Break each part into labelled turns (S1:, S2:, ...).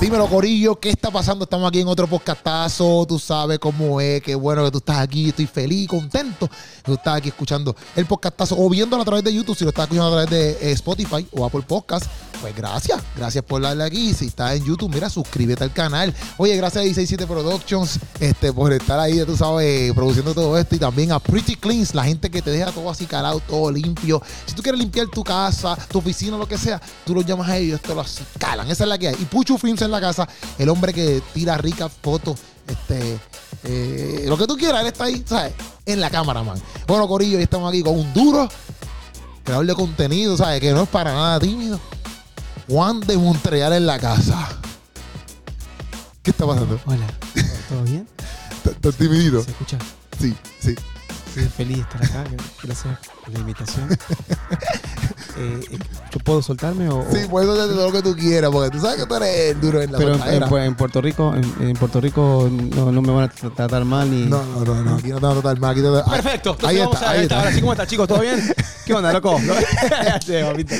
S1: Dímelo, Corillo, ¿qué está pasando? Estamos aquí en otro podcastazo. Tú sabes cómo es, qué bueno que tú estás aquí. Estoy feliz, contento que tú estás aquí escuchando el podcastazo o viéndolo a través de YouTube. Si lo estás escuchando a través de eh, Spotify o Apple Podcast, pues gracias. Gracias por darle aquí. Si estás en YouTube, mira, suscríbete al canal. Oye, gracias a 167 Productions este, por estar ahí, ya tú sabes, produciendo todo esto. Y también a Pretty Cleans, la gente que te deja todo así calado, todo limpio. Si tú quieres limpiar tu casa, tu oficina, lo que sea, tú los llamas a ellos, te lo calan. Esa es la que hay. Y Puchu Films en la casa, el hombre que tira ricas fotos, este, eh, lo que tú quieras, él está ahí, ¿sabes? En la cámara, man. Bueno, Corillo, hoy estamos aquí con un duro creador de contenido, ¿sabes? Que no es para nada tímido. Juan de Montreal en la casa. ¿Qué está pasando?
S2: Hola, ¿todo bien?
S1: ¿Estás timidito?
S2: ¿Se escucha?
S1: Sí, sí.
S2: Estoy feliz de estar acá, gracias por la invitación. Eh, eh, ¿Yo puedo soltarme o...? o-
S1: Sí, por eso te todo lo que tú quieras, porque tú sabes que tú eres el duro en la
S2: Oh. Pero en,
S1: soltadera.
S2: en- pues, en Puerto Rico, en, en Puerto Rico no, no me van a tra- tratar mal ni...
S1: No, no, no, no, aquí no te van a tratar mal. Aquí te... ah,
S2: Perfecto, entonces
S1: ahí
S2: vamos
S1: está,
S2: a
S1: ahí
S2: ver
S1: está.
S2: ahora sí, ¿cómo estás chicos? ¿Todo bien? ¿Qué onda, loco? ¿No? Sí, papito.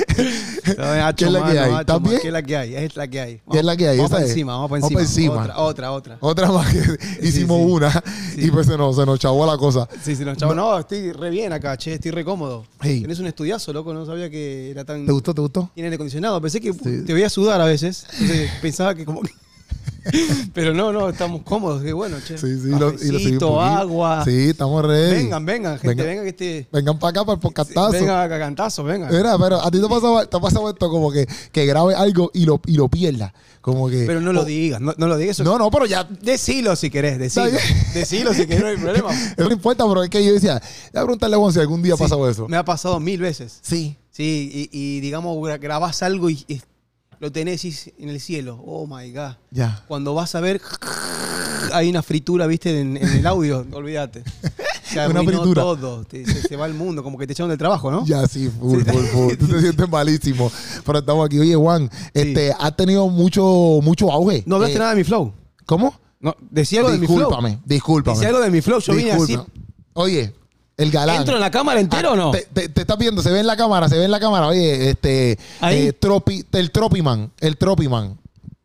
S2: Todo bien, hacho,
S1: ¿Qué es la que
S2: mano,
S1: hay?
S2: hacho,
S1: ¿Estás
S2: mano.
S1: bien?
S2: ¿Qué es la que hay? Es la que hay.
S1: ¿Qué es la que hay?
S2: Vamos
S1: Esa
S2: para
S1: es.
S2: encima, vamos para
S1: Vamos
S2: encima.
S1: pa' encima.
S2: Otra, otra, otra.
S1: Otra más que hicimos
S2: sí.
S1: una y pues se nos, se nos chavó la cosa.
S2: Sí, sí, no, chavo, no, estoy re bien acá, che, estoy re cómodo.
S1: Hey.
S2: Tenés un estudiazo, loco, no sabía que era tan...
S1: ¿Te gustó? ¿Te gustó?
S2: Tiene aire acondicionado. Pensé que
S1: Sí.
S2: te voy a sudar a veces. Entonces, pensaba que como. que- Pero no, no, estamos cómodos. Qué bueno, che.
S1: Sí, sí, lo, y lo
S2: Cafecito,
S1: seguimos.
S2: agua.
S1: Sí, estamos ready.
S2: Vengan, vengan, gente,
S1: Venga.
S2: vengan que este.
S1: Vengan para acá para el podcastazo.
S2: Vengan a cagantazos, vengan.
S1: Mira, pero a ti te ha pasado, te ha pasado esto como que, que grabes algo y lo, y lo pierdas. Como que.
S2: Pero no lo digas, no, no lo digas. Eso-
S1: Oh. No, no, pero ya.
S2: Decilo si querés, decilo.
S1: Está bien.
S2: Decilo si querés, no hay problema.
S1: Eso no importa, pero es que yo decía, voy a preguntarle a Juan si algún día ha pasado eso.
S2: Me ha pasado mil veces.
S1: Sí.
S2: Sí, y, y digamos, gra- grabás algo y, y lo tenés y- en el cielo. Oh my god.
S1: Ya.
S2: Cuando vas a ver, hay una fritura, viste, en, en el audio, olvídate. Se
S1: Una
S2: arruinó
S1: fritura.
S2: todo, te- se, se va el mundo, como que te echaron del trabajo, ¿no?
S1: Ya, sí, full, full, full. Tú te sientes malísimo. Pero estamos aquí. Oye, Juan, este, has tenido mucho, mucho auge.
S2: No hablaste
S1: Eh,
S2: nada de mi flow.
S1: ¿Cómo?
S2: No, decía algo de mi
S1: discúlpame,
S2: flow.
S1: discúlpame.
S2: Decía algo de mi flow, yo vine así.
S1: Disculpa. Oye, el galán.
S2: ¿Entro en la cámara entero o no?
S1: Ah, Te, te- te estás viendo, se ve en la cámara, se ve en la cámara. Oye, este.
S2: Ahí.
S1: eh, tropi, el Tropiman. El Tropiman.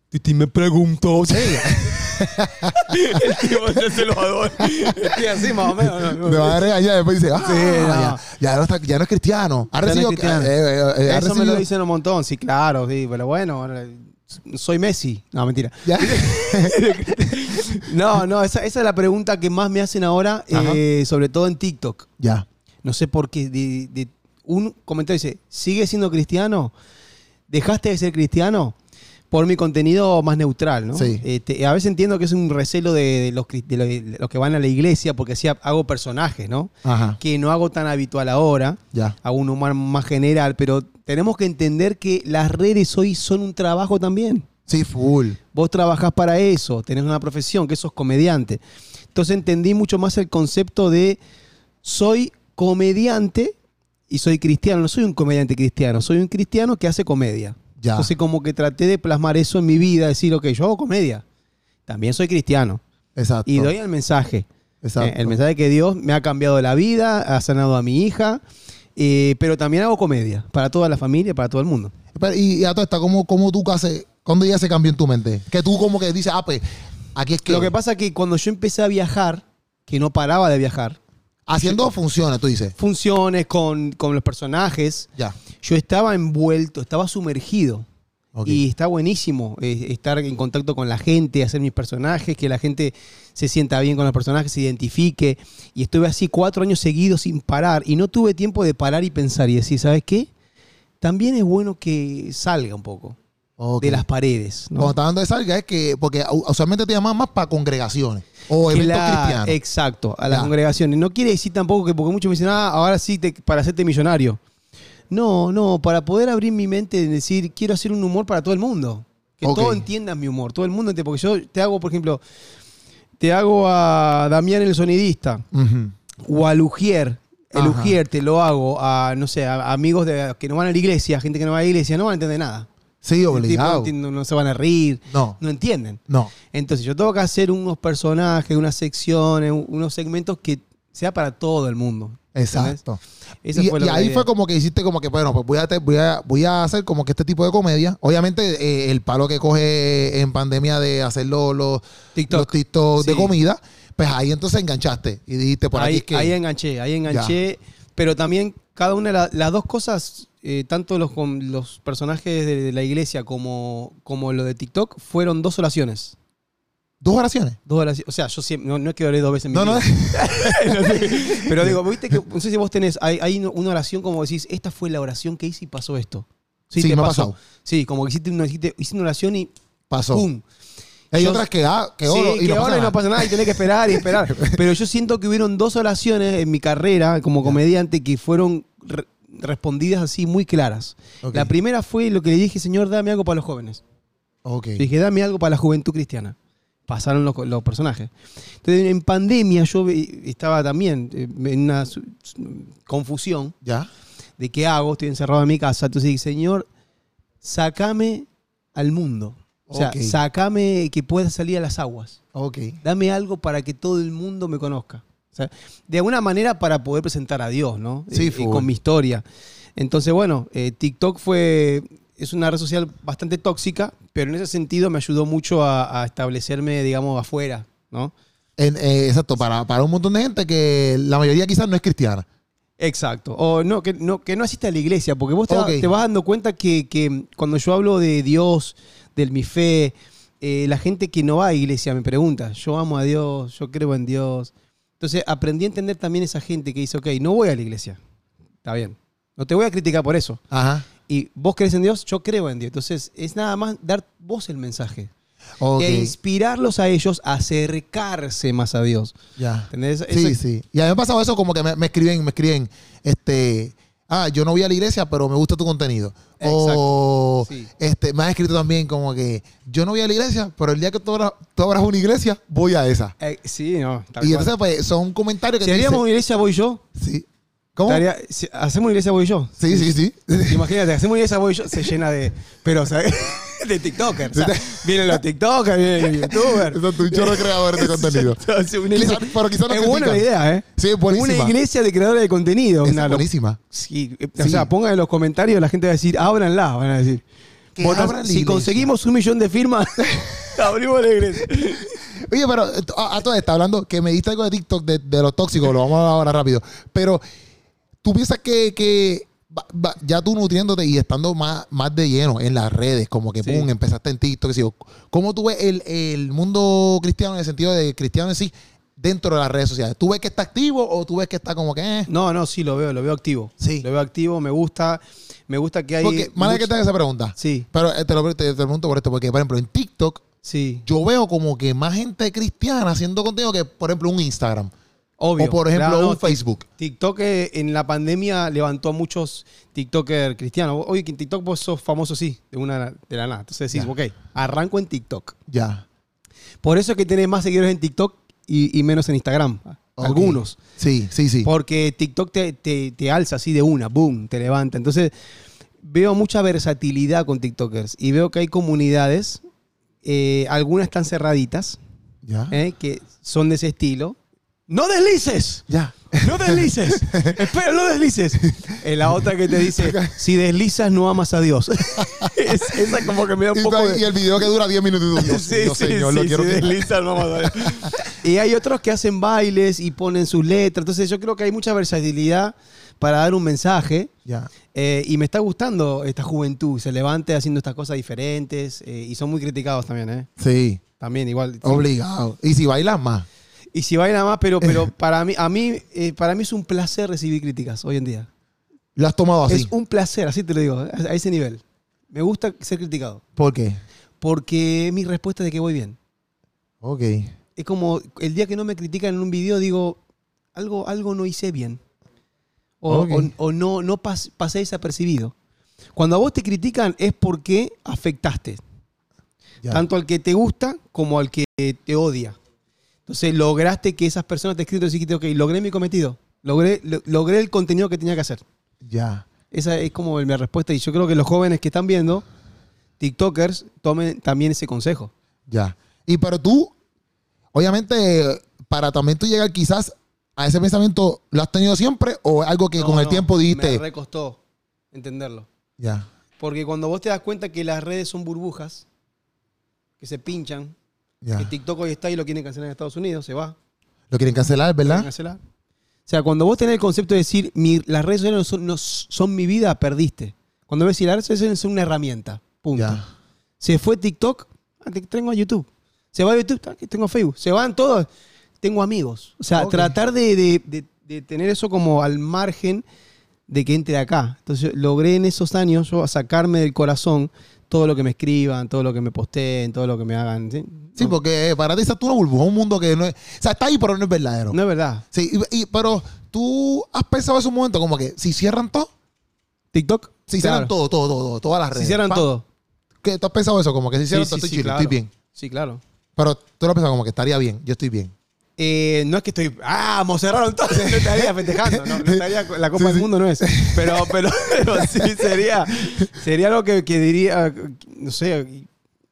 S2: Titi me preguntó. Sí. el tío es el jugador. El tío así más o menos. no, no.
S1: Me va a regañar después dice, ah,
S2: Sí,
S1: ya,
S2: no.
S1: ya no está, ya no es cristiano. Ha
S2: Ya no es
S1: recibido.
S2: cristiano.
S1: eh, eh, eh, ha
S2: Eso me
S1: recibido-
S2: lo dicen un montón, sí, claro, sí, pero bueno, ahora, soy Messi. No, mentira.
S1: Ya.
S2: No, no, esa, esa es la pregunta que más me hacen ahora,
S1: Ajá.
S2: eh, sobre todo en TikTok.
S1: ya.
S2: No sé por qué. de- de- un comentario dice, ¿sigues siendo cristiano? ¿Dejaste de ser cristiano? Por mi contenido más neutral, ¿no?
S1: Sí.
S2: Eh, te- a veces entiendo que es un recelo de, de los, cri- de lo- de los que van a la iglesia, porque así ha- hago personajes, ¿no?
S1: Ajá.
S2: Que no hago tan habitual ahora,
S1: Ya.
S2: hago un humor más general, pero tenemos que entender que las redes hoy son un trabajo también.
S1: Sí, full.
S2: Vos trabajás para eso, tenés una profesión, que sos comediante. Entonces entendí mucho más el concepto de soy comediante y soy cristiano. No soy un comediante cristiano, soy un cristiano que hace comedia.
S1: Ya.
S2: Entonces como que traté de plasmar eso en mi vida, decir, ok, yo hago comedia, también soy cristiano.
S1: Exacto.
S2: Y doy el mensaje.
S1: Exacto.
S2: Eh, El mensaje que Dios me ha cambiado la vida, ha sanado a mi hija, eh, pero también hago comedia para toda la familia, para todo el mundo.
S1: Pero, y, y a todo está, ¿cómo, cómo tú haces? ¿Cuándo ya se cambió en tu mente? Que tú como que dices, ah, pues, aquí es que.
S2: Lo que pasa es que cuando yo empecé a viajar, que no paraba de viajar,
S1: haciendo funciones, tú dices.
S2: funciones con, con los personajes,
S1: Ya.
S2: yo estaba envuelto, estaba sumergido.
S1: Ok.
S2: Y está buenísimo eh, estar en contacto con la gente, hacer mis personajes, que la gente se sienta bien con los personajes, se identifique. Y estuve así cuatro años seguidos sin parar. Y no tuve tiempo de parar y pensar y decir, ¿sabes qué? También es bueno que salga un poco
S1: Ok.
S2: de las paredes. ¿no?
S1: Cuando estás dando de salga es que, porque u- usualmente te llaman más para congregaciones o eventos
S2: Claro,
S1: cristianos.
S2: Exacto, a las
S1: Ya.
S2: congregaciones. No quiere decir tampoco que, porque muchos me dicen, ah, ahora sí, te- para hacerte millonario. No, no, para poder abrir mi mente y decir, quiero hacer un humor para todo el mundo. Que
S1: Ok.
S2: todo entiendan mi humor, todo el mundo, entienda, porque yo te hago, por ejemplo, te hago a Damián el sonidista
S1: Ujú.
S2: o a Lugier. El
S1: Ajá.
S2: Lugier te lo hago a, no sé, a amigos de, que no van a la iglesia, gente que no va a la iglesia, no van a entender nada.
S1: Sí,
S2: El tipo no
S1: obligado.
S2: entiende, no se van a reír,
S1: No.
S2: no entienden.
S1: No.
S2: Entonces yo tengo que hacer unos personajes, unas secciones, un- unos segmentos que sea para todo el mundo. ¿entendés?
S1: Exacto.
S2: Eso
S1: y
S2: fue lo
S1: y
S2: que
S1: ahí
S2: la
S1: fue
S2: idea.
S1: como que hiciste como que, bueno, pues voy a, te- voy a, voy a hacer como que este tipo de comedia. Obviamente eh, el palo que coge en pandemia de hacer los, los, los
S2: TikTok.
S1: TikTok de
S2: Sí.
S1: comida, pues ahí entonces enganchaste y dijiste por
S2: ahí,
S1: aquí es que...
S2: ahí enganché, ahí enganché. Pero también cada una de la- las dos cosas, eh, tanto los, con los personajes de, de la iglesia como, como lo de TikTok, fueron dos oraciones.
S1: Dos oraciones.
S2: Dos oraciones. O sea, yo siempre, no, no es que oré dos veces en mi
S1: No, no,
S2: vida. Pero digo, viste que, no sé si vos tenés, hay, hay una oración como decís, esta fue la oración que hice y pasó esto.
S1: sí,
S2: te
S1: me ha
S2: pasó.
S1: pasado.
S2: Sí, como que hiciste una, hiciste- hice una oración y
S1: Pasó.
S2: ¡pum!
S1: Hay
S2: Yo-
S1: otras que, ah, que oro
S2: sí,
S1: y
S2: que
S1: no pasa
S2: ahora
S1: nada.
S2: no pasa nada y tenés que esperar y esperar. Pero yo siento que hubieron dos oraciones en mi carrera como comediante que fueron re- respondidas así muy claras.
S1: Ok.
S2: La primera fue lo que le dije, Señor, dame algo para los jóvenes.
S1: Ok.
S2: Le dije, dame algo para la juventud cristiana. Pasaron los, los personajes. Entonces, en pandemia yo ve- estaba también eh, en una su- su- confusión
S1: ¿Ya?
S2: de qué hago, estoy encerrado en mi casa. Entonces dije, Señor, sacame al mundo. O sea,
S1: Ok.
S2: sacame que pueda salir a las aguas.
S1: Ok.
S2: Dame algo para que todo el mundo me conozca. O sea, de alguna manera para poder presentar a Dios, ¿no?
S1: Sí,
S2: Eh,
S1: full.
S2: con mi historia. Entonces, bueno, eh, TikTok fue. Es una red social bastante tóxica, pero en ese sentido me ayudó mucho a, a establecerme, digamos, afuera, ¿no?
S1: En- eh, exacto, para, para un montón de gente que la mayoría quizás no es cristiana.
S2: Exacto. O no, que no, que no asiste a la iglesia, porque vos te, va-
S1: Ok.
S2: te vas dando cuenta que, que cuando yo hablo de Dios, de mi fe, eh, la gente que no va a iglesia me pregunta, yo amo a Dios, yo creo en Dios. Entonces aprendí a entender también esa gente que dice, ok, no voy a la iglesia. Está bien. No te voy a criticar por eso.
S1: Ajá.
S2: Y vos crees en Dios, yo creo en Dios. Entonces es nada más dar vos el mensaje.
S1: Ok.
S2: E inspirarlos a ellos a acercarse más a Dios.
S1: Ya.
S2: ¿Entendés? Eso-
S1: Sí, sí. Y a mí me ha pasado eso como que me, me escriben, me escriben, este, ah, yo no voy a la iglesia, pero me gusta tu contenido. O,
S2: Exacto, sí.
S1: este, me han escrito también como que, yo no voy a la iglesia, pero el día que tú abras, tú abras una iglesia, voy a esa.
S2: Eh, sí, no. tal
S1: Y
S2: cual.
S1: entonces, pues, son comentarios que
S2: Si
S1: te dicen-
S2: haríamos una iglesia voy yo,
S1: Sí. ¿Cómo?
S2: estaría- si hacemos una iglesia voy yo.
S1: Sí, sí, sí.
S2: Imagínate, hacemos una iglesia voy yo, se llena de. Pero, o sea, de TikTokers. o sea, vienen los TikTokers, vienen los YouTubers.
S1: Son un chorro creador de contenido.
S2: Entonces, una
S1: Quizá-
S2: iglesia-
S1: pero quizá no
S2: es buena la
S1: critican.
S2: idea, ¿eh?
S1: Sí, es buenísima.
S2: Una iglesia de creadores de contenido.
S1: Esa
S2: una
S1: es
S2: lo-
S1: buenísima.
S2: Sí, eh, O
S1: Sí.
S2: sea, pongan en los comentarios, la gente va a decir, ábranla, van a decir.
S1: Que
S2: Votas-
S1: abran la
S2: si
S1: iglesia.
S2: conseguimos un millón de firmas, abrimos la iglesia.
S1: Oye, pero eh, a, a todo está hablando que me diste algo de TikTok de, de los tóxicos, lo vamos a hablar ahora rápido. Pero tú piensas que, que va- va- ya tú nutriéndote y estando más, más de lleno en las redes, como que
S2: Sí.
S1: pum, empezaste en TikTok, qué sé yo. ¿cómo tú ves el, el mundo cristiano en el sentido de cristiano en sí dentro de las redes sociales? ¿Tú ves que está activo o tú ves que está como que... eh?
S2: No, no, sí, lo veo, lo veo activo.
S1: Sí.
S2: Lo veo activo, me gusta. Me gusta que hay.
S1: Porque, más que
S2: mucho-
S1: te haga esa pregunta.
S2: Sí,
S1: Pero eh, te lo te- te lo pregunto por esto, porque por ejemplo en TikTok
S2: sí.
S1: yo veo como que más gente cristiana haciendo contenido que por ejemplo un Instagram.
S2: Obvio.
S1: O por ejemplo
S2: Claro, no,
S1: un Facebook.
S2: TikTok eh, en la pandemia levantó a muchos TikTokers cristianos. Oye, que en TikTok vos sos famoso, sí, de una de la nada. Entonces decís,
S1: Ya.
S2: ok, arranco en TikTok.
S1: Ya.
S2: Por eso es que tenés más seguidores en TikTok y, y menos en Instagram.
S1: Ok.
S2: Algunos.
S1: Sí, sí, sí.
S2: Porque TikTok te, te- te alza así de una, boom, te levanta. Entonces, veo mucha versatilidad con TikTokers y veo que hay comunidades, eh, algunas están cerraditas,
S1: ya.
S2: eh, que son de ese estilo. ¡No deslices!
S1: Ya.
S2: ¡No deslices! ¡Espera, no deslices! Eh, la otra que te dice, si deslizas no amas a Dios. Es- esa como que me da
S1: Y,
S2: un poco
S1: y
S2: de...
S1: el video que dura 10 minutos. y tú, Dios,
S2: Sí,
S1: Dios,
S2: sí,
S1: señor, lo
S2: sí,
S1: quiero
S2: si
S1: que-
S2: deslizas no amas a Dios. Y hay otros que hacen bailes y ponen sus letras. Entonces yo creo que hay mucha versatilidad para dar un mensaje.
S1: Ya.
S2: Eh, y me está gustando esta juventud. Se levante haciendo estas cosas diferentes. eh, y son muy criticados también, ¿eh?
S1: Sí.
S2: También igual.
S1: Obligado. Y si bailas más.
S2: Y si baila más, pero, pero para mí, a mí, eh, para mí es un placer recibir críticas hoy en día.
S1: Lo has tomado así.
S2: Es un placer, así te lo digo, a a ese nivel. Me gusta ser criticado.
S1: ¿Por qué?
S2: Porque es mi respuesta de que voy bien.
S1: Ok.
S2: Es como el día que no me critican en un video, digo, algo, algo no hice bien. O,
S1: Ok.
S2: o- o no, no pas- pasé desapercibido. Cuando a vos te critican es porque afectaste.
S1: Ya.
S2: tanto al que te gusta como al que te odia. Entonces lograste que esas personas te escriban y dijiste, ok, logré mi cometido, logré, lo- logré el contenido que tenía que hacer.
S1: Ya.
S2: Esa es como mi respuesta y yo creo que los jóvenes que están viendo, TikTokers, tomen también ese consejo.
S1: Ya. Y pero tú, obviamente, para también tú llegar quizás ¿A ese pensamiento lo has tenido siempre o es algo que
S2: No,
S1: con el
S2: no,
S1: tiempo
S2: Me
S1: dijiste?
S2: recostó entenderlo.
S1: Ya.
S2: Porque cuando vos te das cuenta que las redes son burbujas, que se pinchan,
S1: Ya.
S2: que TikTok hoy está y lo quieren cancelar en Estados Unidos, se va.
S1: Lo quieren cancelar,
S2: quieren
S1: ¿verdad?
S2: cancelar. O sea, cuando vos tenés el concepto de decir, mi- las redes sociales no son, no son mi vida, perdiste. Cuando ves si las redes sociales son una herramienta, punto.
S1: Ya.
S2: Se fue TikTok, ah, te- tengo a YouTube. Se va a YouTube, ah, que tengo Facebook. Se van todos, tengo amigos. O sea,
S1: Ok.
S2: tratar de, de- de- de tener eso como al margen de que entre acá. Entonces, logré en esos años yo sacarme del corazón todo lo que me escriban, todo lo que me posteen, todo lo que me hagan. Sí,
S1: Sí,
S2: no,
S1: porque eh, para ti esa tú una burbuja, un mundo que no es. O sea, está ahí, pero no es verdadero.
S2: no es verdad.
S1: Sí, y- y- pero tú has pensado en un momento como que si cierran todo,
S2: TikTok,
S1: si cierran
S2: Claro.
S1: todo, todo, todo, todo, todas las
S2: si
S1: redes.
S2: hicieran
S1: pa,
S2: todo.
S1: ¿qué? ¿Tú has pensado eso? Como que si cierran
S2: Sí,
S1: todo,
S2: sí,
S1: estoy
S2: sí,
S1: chill,
S2: claro.
S1: estoy bien.
S2: Sí, claro.
S1: Pero tú lo has pensado como que estaría bien, yo estoy bien.
S2: Eh, no es que estoy. ¡Ah! Mos cerraron todo. No estaría festejando. No, no estaría. La Copa
S1: Sí,
S2: del
S1: sí.
S2: Mundo no es. Pero, pero, pero sí sería. Sería algo que, que diría. No sé.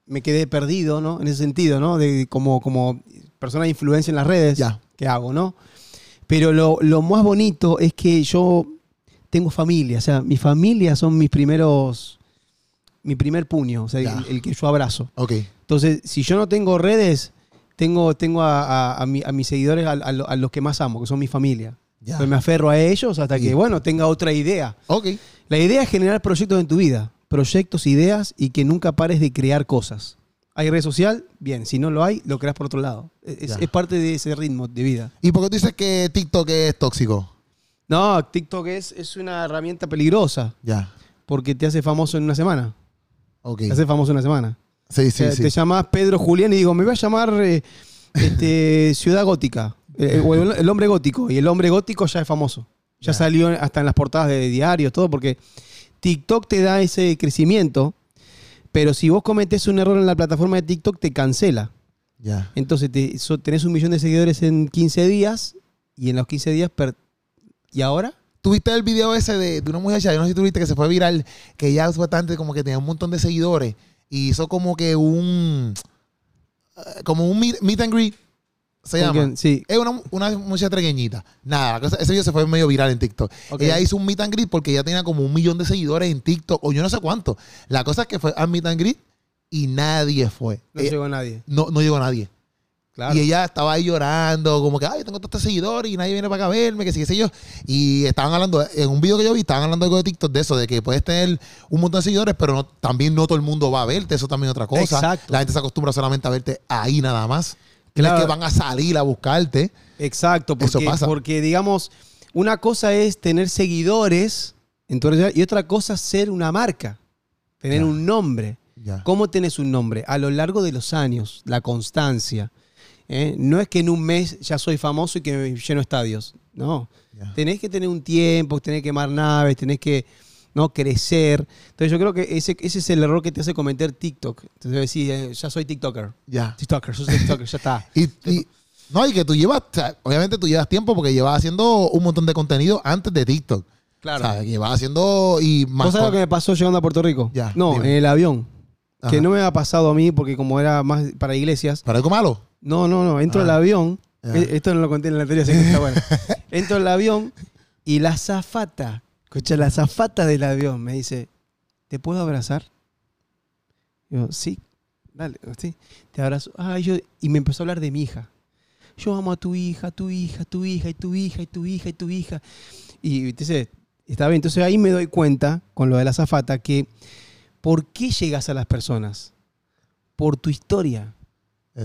S2: Me quedé perdido, ¿no? En ese sentido, ¿no? De, como, como persona de influencia en las redes.
S1: Ya.
S2: ¿Qué hago, no? Pero lo, lo más bonito es que yo tengo familia. O sea, mi familia son mis primeros. Mi primer puño. O sea,
S1: Ya.
S2: el- el que yo abrazo.
S1: Ok.
S2: Entonces, si yo no tengo redes, tengo, tengo a, a- a mi- a mis seguidores, a, a lo- a los que más amo, que son mi familia.
S1: Ya.
S2: Entonces, Pues me aferro a ellos hasta
S1: Sí.
S2: que, bueno, tenga otra idea.
S1: Ok.
S2: La idea es generar proyectos en tu vida, proyectos, ideas y que nunca pares de crear cosas. ¿Hay red social? Bien, si no lo hay, lo creas por otro lado. Es,
S1: Ya.
S2: es parte de ese ritmo de vida.
S1: ¿Y por qué tú dices que TikTok es tóxico?
S2: No, TikTok es, es una herramienta peligrosa
S1: Ya.
S2: porque te hace famoso en una semana.
S1: Ok.
S2: Te hace famoso en una semana.
S1: Sí, sí,
S2: sea,
S1: sí.
S2: Te llamás Pedro Julián y digo, me voy a llamar eh, este, Ciudad Gótica. eh, o el, el hombre gótico. Y el hombre gótico ya es famoso. Ya
S1: Ya.
S2: salió hasta en las portadas de diarios, todo, porque TikTok te da ese crecimiento. Pero si vos cometés un error en la plataforma de TikTok, te cancela.
S1: Ya.
S2: Entonces te- so- tenés un millón de seguidores en 15 días y en los 15 días. per- ¿Y ahora?
S1: ¿Tuviste el video ese de, de una muchacha, yo no sé si tuviste, que se fue viral, que ya bastante como que tenía un montón de seguidores y hizo como que un. eh, como un meet, meet and greet. Se
S2: ¿Con
S1: llama.
S2: quién? Sí.
S1: Es una, una muchacha tregueñita. Nada, la cosa- ese video se fue medio viral en TikTok.
S2: Ok.
S1: Ella hizo un meet and greet porque ella tenía como un millón de seguidores en TikTok o yo no sé cuánto. La cosa es que fue al meet and greet y nadie fue.
S2: No
S1: Eh,
S2: llegó nadie.
S1: no, no llegó nadie.
S2: Claro.
S1: Y ella estaba ahí llorando, como que, ay, tengo tantos seguidores y nadie viene para acá a verme, que sí, qué sé yo. Y estaban hablando, en un video que yo vi, estaban hablando algo de TikTok de eso, de que puedes tener un montón de seguidores, pero no- también no todo el mundo va a verte, eso también es otra cosa.
S2: Exacto.
S1: La gente se acostumbra solamente a verte ahí nada más. Claro.
S2: Claro.
S1: que van a salir a buscarte.
S2: Exacto, porque,
S1: Eso pasa.
S2: porque digamos, una cosa es tener seguidores en tu red social y otra cosa es ser una marca, tener
S1: Ya.
S2: un nombre.
S1: Ya.
S2: ¿Cómo tenés un nombre? A lo largo de los años, la constancia. ¿eh? No es que en un mes ya soy famoso y que lleno estadios. No.
S1: Ya.
S2: Tenés que tener un tiempo, tenés que quemar naves, tenés que no crecer. Entonces yo creo que ese, ese es el error que te hace cometer TikTok. Entonces decís, eh, ya soy TikToker.
S1: Ya.
S2: TikToker, soy TikToker, ya está.
S1: Y, y- no, y que tú llevas, o sea, obviamente tú llevas tiempo porque llevas haciendo un montón de contenido antes de TikTok.
S2: Claro.
S1: O sea, llevas haciendo y más.
S2: ¿Vos sabés lo
S1: con-
S2: que me pasó llegando a Puerto Rico?
S1: Ya,
S2: no,
S1: dime.
S2: en el avión.
S1: Ajá.
S2: Que no me ha pasado a mí porque como era más para iglesias.
S1: ¿Para algo malo?
S2: No, no, no. Entro
S1: Ah.
S2: al avión.
S1: Ya.
S2: Eh, Esto no lo conté en la anterior, así que está bueno. Entro al avión y la zafata, escucha, la zafata del avión me dice, ¿te puedo abrazar? Yo, sí, dale, sí. Te abrazo. Ah, yo, y me empezó a hablar de mi hija. Yo amo a tu hija, tu hija, tu hija, y tu hija, y tu hija, y tu hija. Y entonces, está bien. Entonces ahí me doy cuenta, con lo de la zafata, que ¿por qué llegas a las personas? Por tu historia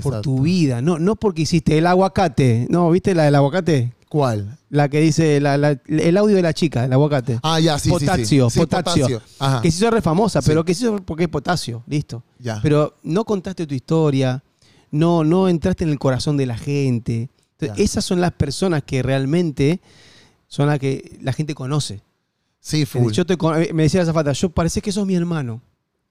S2: por
S1: Exacto.
S2: tu vida. No, no porque hiciste el aguacate. No, ¿viste la del aguacate?
S1: ¿Cuál?
S2: La que dice la- la- el audio de la chica, del aguacate.
S1: Ah, ya, sí, sí, sí.
S2: Potasio,
S1: sí.
S2: potasio.
S1: Ajá.
S2: Que se hizo re famosa,
S1: Sí.
S2: pero que se hizo porque es potasio, listo.
S1: Ya.
S2: Pero no contaste tu historia, no, no entraste en el corazón de la gente. Entonces,
S1: Ya.
S2: esas son las personas que realmente son las que la gente conoce.
S1: sí, full.
S2: Yo te con- eh, me decía la zafata, yo parece que sos mi hermano.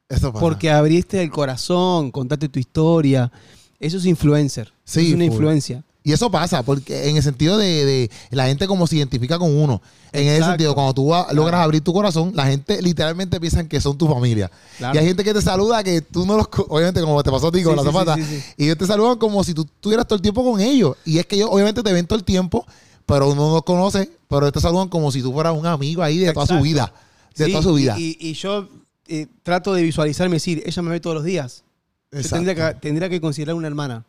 S1: Eso pasa.
S2: Porque abriste el corazón, contaste tu historia. Eso es influencer.
S1: Sí,
S2: es una
S1: full.
S2: influencia.
S1: y eso pasa, porque en el sentido de, de la gente como se identifica con uno. En ese
S2: Exacto.
S1: sentido, cuando tú a- logras abrir tu corazón, la gente literalmente piensa que son tu familia.
S2: Claro.
S1: Y hay gente que te saluda que tú no los... co- Obviamente, como te pasó a ti con
S2: Sí,
S1: la
S2: sí, sí,
S1: zapata.
S2: sí, sí.
S1: Y ellos te saludan como si tú estuvieras todo el tiempo con ellos. Y es que ellos obviamente te ven todo el tiempo, pero uno no los conoce, pero te saludan como si tú fueras un amigo ahí de toda
S2: Exacto.
S1: su vida. De
S2: Sí,
S1: toda su vida.
S2: Y, y- y yo eh, trato de visualizarme y decir, ella me ve todos los días. Yo
S1: Exacto.
S2: tendría que, tendría que considerar una hermana.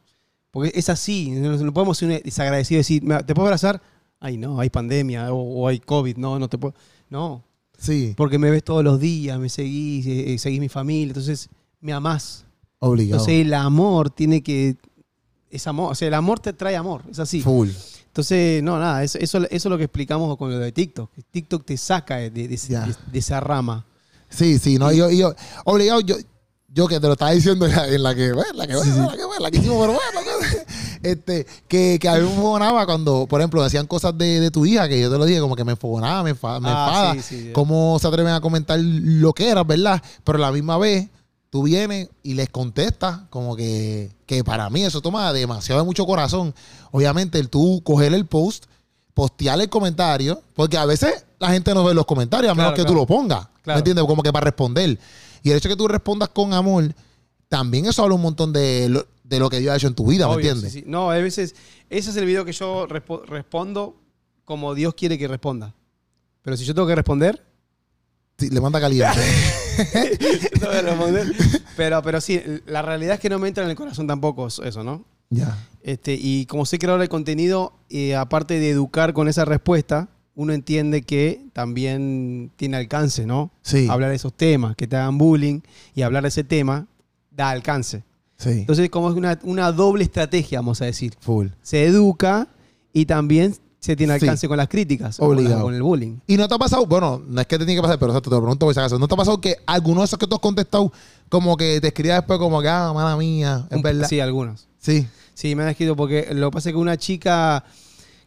S2: Porque es así, no, no podemos ser desagradecidos y decir, "Mira, ¿te puedo abrazar? Ay, no, hay pandemia o, o hay COVID, no, no te puedo. No,
S1: Sí,
S2: porque me ves todos los días, me seguís, eh, eh, seguís mi familia, entonces me amás.
S1: obligado.
S2: Entonces el amor tiene que... Es amor, o sea, el amor te trae amor, es así.
S1: Full.
S2: Entonces, no, nada, eso, eso, eso es lo que explicamos con lo de TikTok. TikTok te saca de, de- de-
S1: Ya.
S2: de- de esa rama.
S1: Sí, sí, no, yo, yo, obligado, yo, yo que te lo estaba diciendo en la, en la que, bueno, la que, bueno, la que, bueno, la que hicimos, pero bueno, la que- este, que, que a mí me enfogonaba cuando, por ejemplo, decían cosas de, de tu hija, que yo te lo dije, como que me enfogonaba, me, enfa- me
S2: Ah,
S1: enfada,
S2: sí, sí, ya.
S1: cómo se atreven a comentar lo que era, ¿verdad? Pero a la misma vez, tú vienes y les contestas, como que, que para mí eso toma demasiado de mucho corazón. Obviamente, el tú coger el post, postear el comentario, porque a veces la gente no ve los comentarios, a menos
S2: Claro,
S1: que tú
S2: claro.
S1: lo pongas. ¿Me
S2: Claro.
S1: entiendes? Como que para responder. Y el hecho de que tú respondas con amor, también eso habla un montón de lo, de lo que Dios ha hecho en tu vida, ¿me
S2: Obvio,
S1: entiendes?
S2: sí, sí. No, a veces, ese es el video que yo respo- respondo como Dios quiere que responda. Pero si yo tengo que responder,
S1: Sí, le manda calidad.
S2: tengo que responder. Pero, pero sí, la realidad es que no me entra en el corazón tampoco eso- eso, ¿no?
S1: ya.
S2: Este, y como soy creador de contenido, eh, aparte de educar con esa respuesta, uno entiende que también tiene alcance, ¿no?
S1: Sí.
S2: Hablar de esos temas, que te hagan bullying y hablar de ese tema da alcance.
S1: Sí.
S2: Entonces, como es una, una doble estrategia, vamos a decir.
S1: Full.
S2: Se educa y también se tiene
S1: Sí.
S2: alcance con las críticas, o con la-
S1: Obligado.
S2: con el bullying.
S1: Y no te ha pasado, bueno, no es que te tiene que pasar, pero o sea, te lo pregunto por si acaso. ¿No te ha pasado que alguno de esos que tú has contestado, como que te escribía después, como que, ah, mala mía, es
S2: Un-
S1: verdad?
S2: Sí, algunos.
S1: Sí.
S2: Sí, me han escrito porque lo que pasa es que una chica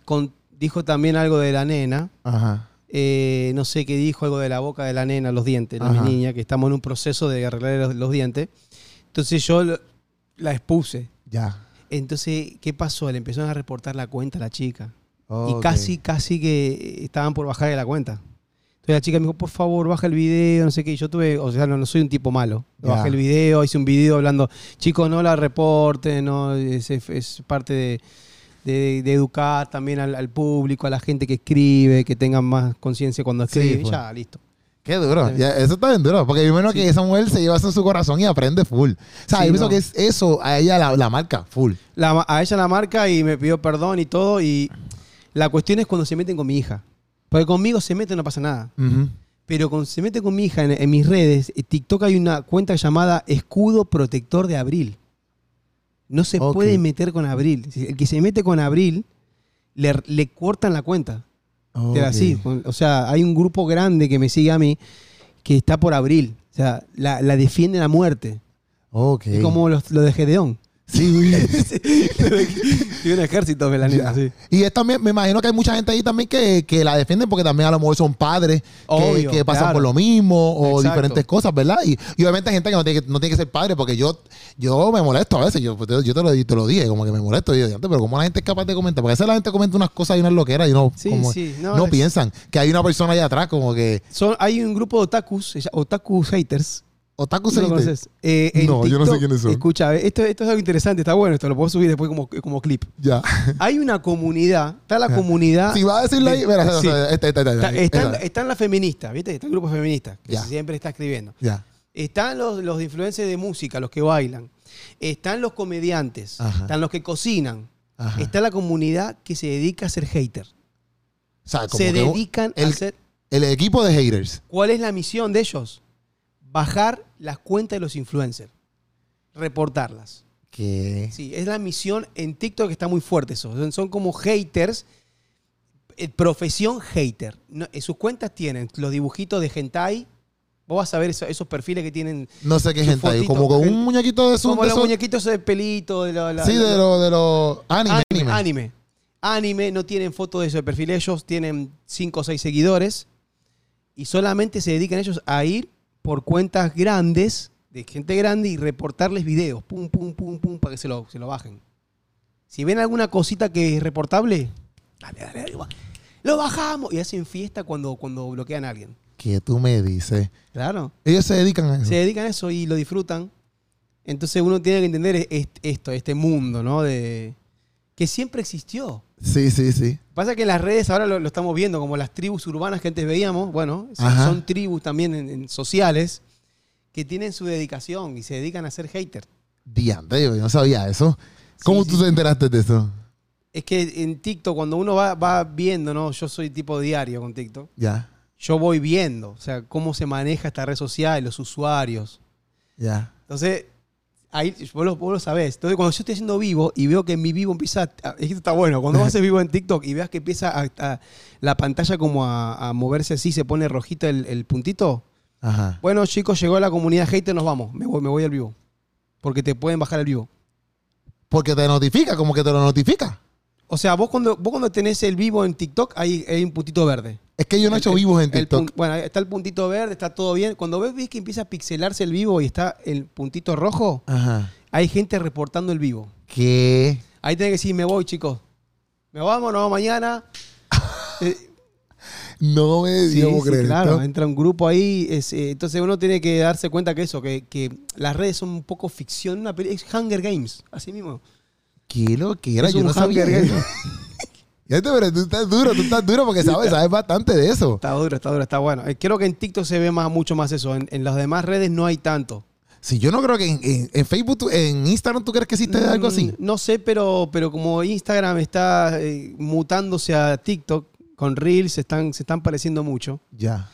S2: con- dijo también algo de la nena.
S1: Ajá.
S2: eh, no sé qué dijo, algo de la boca de la nena, los dientes, de
S1: Ajá.
S2: mi niña, que estamos en un proceso de arreglar los, los dientes. Entonces yo lo- la expuse.
S1: Ya.
S2: Entonces, ¿qué pasó? Le empezaron a reportar la cuenta a la chica.
S1: Ok.
S2: Y casi, casi que estaban por bajar de la cuenta. Entonces la chica me dijo, por favor, baja el video, no sé qué. Y yo tuve, o sea, no, no soy un tipo malo.
S1: Ya.
S2: Bajé el video, hice un video hablando, chicos, no la reporten, no, es, es parte de, de- de educar también al, al público, a la gente que escribe, que tengan más conciencia cuando
S1: Sí, pues.
S2: escribe.
S1: fue.
S2: ya, listo.
S1: Qué duro. Ya, eso está bien duro. Porque yo menos que esa mujer se lleva eso en su corazón y aprende full. O sea,
S2: Sí,
S1: yo pienso
S2: no.
S1: que es eso a ella la, la marca, full.
S2: La ma- a ella la marca y me pidió perdón y todo. Y la cuestión es cuando se meten con mi hija. Porque conmigo se meten, no pasa nada. Pero cuando se mete con mi hija en, en mis redes, en TikTok hay una cuenta llamada Escudo Protector de Abril. No se
S1: Ok.
S2: puede meter con Abril. Si El que se mete con Abril, le, le cortan la cuenta. Te la- sí, con- o sea, hay un grupo grande que me sigue a mí que está por Abril. O sea, la, la defienden a muerte.
S1: Ok.
S2: Es como los, los de Gedeón.
S1: Sí.
S2: Tiene un ejército, melanina,
S1: Ya. Y es también, me imagino que hay mucha gente ahí también que, que la defienden porque también a lo mejor son padres que-
S2: Obvio,
S1: que, pasan
S2: claro.
S1: por lo mismo o
S2: Exacto.
S1: diferentes cosas, ¿verdad? Y, y obviamente hay gente que no tiene que, no tiene que ser padre porque yo, yo me molesto a veces, yo, pues, te- yo te, lo, te lo dije, como que me molesto, y yo digo, pero como la gente es capaz de comentar, porque a veces la gente comenta unas cosas y unas loqueras y no,
S2: Sí,
S1: como-
S2: sí,
S1: no,
S2: no, es-
S1: piensan que hay una persona allá atrás como que...
S2: Son, hay un grupo de otakus, se llama- otaku haters,
S1: Otaku
S2: ¿No
S1: se
S2: lo conoces? Eh, en
S1: No, yo no sé quiénes son.
S2: Escucha, eh, esto, esto es algo interesante, está bueno esto, lo puedo subir después como, como clip.
S1: Ya.
S2: Hay una comunidad, está la comunidad.
S1: Si Ah. va a decirle ahí, mira,
S2: Ah,
S1: este,
S2: Sí.
S1: esta, esta, esta,
S2: Está-
S1: esta,
S2: están,
S1: esta.
S2: están las feministas, ¿viste? Está el grupo feminista, que
S1: Ya.
S2: siempre está escribiendo.
S1: Ya.
S2: Están los, los influencers de música, los que bailan. Están los comediantes.
S1: Ajá.
S2: Están los que cocinan.
S1: Ajá.
S2: Está la comunidad que se dedica a ser hater.
S1: O sea, como
S2: Se
S1: que un-
S2: dedican
S1: el-
S2: a ser.
S1: el equipo de haters.
S2: ¿Cuál es la misión de ellos? Bajar las cuentas de los influencers. Reportarlas.
S1: Que...
S2: Sí, es la misión en TikTok que está muy fuerte eso. Son, son como haters, eh, profesión hater. No, en sus cuentas tienen los dibujitos de hentai. Vos vas a ver eso- esos perfiles que tienen.
S1: No sé qué
S2: Su
S1: gente hay,
S2: fotito,
S1: como con un
S2: gente.
S1: muñequito de su.
S2: como
S1: de
S2: los
S1: esos-
S2: muñequitos de pelito. De la- la-
S1: Sí,
S2: la-
S1: de los de los anime,
S2: anime,
S1: anime.
S2: anime. anime. no tienen fotos de su perfil. Ellos tienen 5 o 6 seguidores. Y solamente se dedican ellos a ir por cuentas grandes, de gente grande, y reportarles videos. Pum, pum, pum, pum, para que se lo, se lo bajen. Si ven alguna cosita que es reportable, dale, dale, dale, va. lo bajamos. Y hacen fiesta cuando, cuando bloquean a alguien.
S1: Que tú me dices.
S2: Claro
S1: Ellos se dedican a eso.
S2: se dedican a eso y lo disfrutan. Entonces uno tiene que entender es- esto, este mundo, ¿no? De, que siempre existió.
S1: Sí, sí, sí.
S2: Pasa que en las redes ahora lo, lo estamos viendo, como las tribus urbanas que antes veíamos, bueno, son,
S1: Ajá.
S2: son tribus también en- en sociales que tienen su dedicación y se dedican a ser haters.
S1: Diante, yo no sabía eso. ¿Cómo
S2: Sí,
S1: tú
S2: sí.
S1: te enteraste de eso?
S2: Es que en TikTok, cuando uno va, va viendo, ¿no? Yo soy tipo diario con TikTok.
S1: Ya,
S2: Yo voy viendo, o sea, cómo se maneja esta red social, los usuarios.
S1: ya.
S2: Entonces, ahí vos lo, vos lo sabés. Entonces, cuando yo estoy haciendo vivo y veo que en mi vivo empieza. a- es que esto está bueno. Cuando vos haces vivo en TikTok y veas que empieza a, a- la pantalla como a, a moverse así, se pone rojita el, el puntito.
S1: Ajá.
S2: Bueno, chicos, llegó la comunidad hater, nos vamos. Me voy, me voy al vivo. Porque te pueden bajar el vivo.
S1: Porque te notifica, como que te lo notifica.
S2: O sea, vos cuando, vos cuando tenés el vivo en TikTok, hay, hay un puntito verde.
S1: Es que yo no he hecho
S2: El-
S1: vivos en
S2: el
S1: TikTok.
S2: pun- bueno, ahí está el puntito verde, está todo bien. Cuando ves, ves que empieza a pixelarse el vivo y está el puntito rojo,
S1: Ajá.
S2: hay gente reportando el vivo.
S1: ¿Qué?
S2: Ahí tenés que decir, me voy, chicos. Me vamos, nos vamos mañana. Eh,
S1: No me
S2: sí,
S1: dio
S2: sí,
S1: creer.
S2: claro,
S1: esto.
S2: entra un grupo ahí. es, eh, entonces uno tiene que darse cuenta que eso, que, que las redes son un poco ficción. Una peli- es Hunger Games, así mismo.
S1: ¿Qué lo que era?
S2: Es
S1: Yo
S2: un
S1: no sabía
S2: Hunger
S1: eso. Ya te- pero tú estás duro, tú estás duro porque sabes, sabes bastante de eso.
S2: Está duro, está duro, está bueno. Eh, creo que en TikTok se ve más, mucho más eso. En, en las demás redes no hay tanto.
S1: Si yo no creo que en, en- en Facebook, tú- en Instagram, ¿tú crees que existe algo así?
S2: Mm, No sé, pero, pero como Instagram está eh, mutándose a TikTok con Reels, se están, se están pareciendo mucho.
S1: Ya.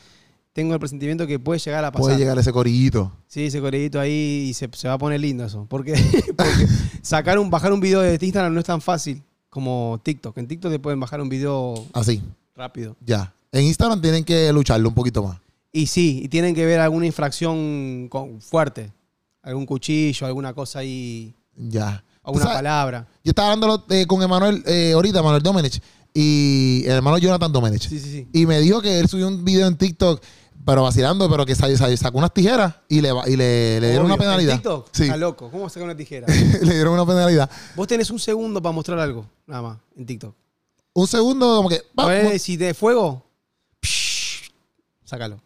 S2: Tengo el presentimiento que puede llegar a pasar.
S1: Puede llegar ese corillito.
S2: Sí, ese coreguito ahí y se, se va a poner lindo eso. Porque, porque sacar un, bajar un video de Instagram no es tan fácil como TikTok. En TikTok te pueden bajar un video
S1: Así,
S2: rápido.
S1: ya. En Instagram tienen que lucharlo un poquito más.
S2: Y sí, y tienen que ver alguna infracción con- fuerte. Algún cuchillo, alguna cosa ahí,
S1: Ya. Tú
S2: alguna
S1: sabes,
S2: palabra.
S1: Yo estaba hablando eh, con Emanuel eh, ahorita, Emanuel Domenech, y el hermano Jonathan Domenech.
S2: Sí, sí, sí.
S1: Y me dijo que él subió un video en TikTok, pero vacilando, pero que sa- sa- sacó unas tijeras y le, va- y le, le dieron
S2: Obvio,
S1: una penalidad.
S2: ¿En TikTok?
S1: Sí,
S2: Está loco. ¿Cómo sacar una tijera?
S1: le dieron una penalidad.
S2: Vos tenés un segundo para mostrar algo, nada más, en TikTok.
S1: Un segundo, como que. pa,
S2: Ponele, si te fuego, psh, sácalo.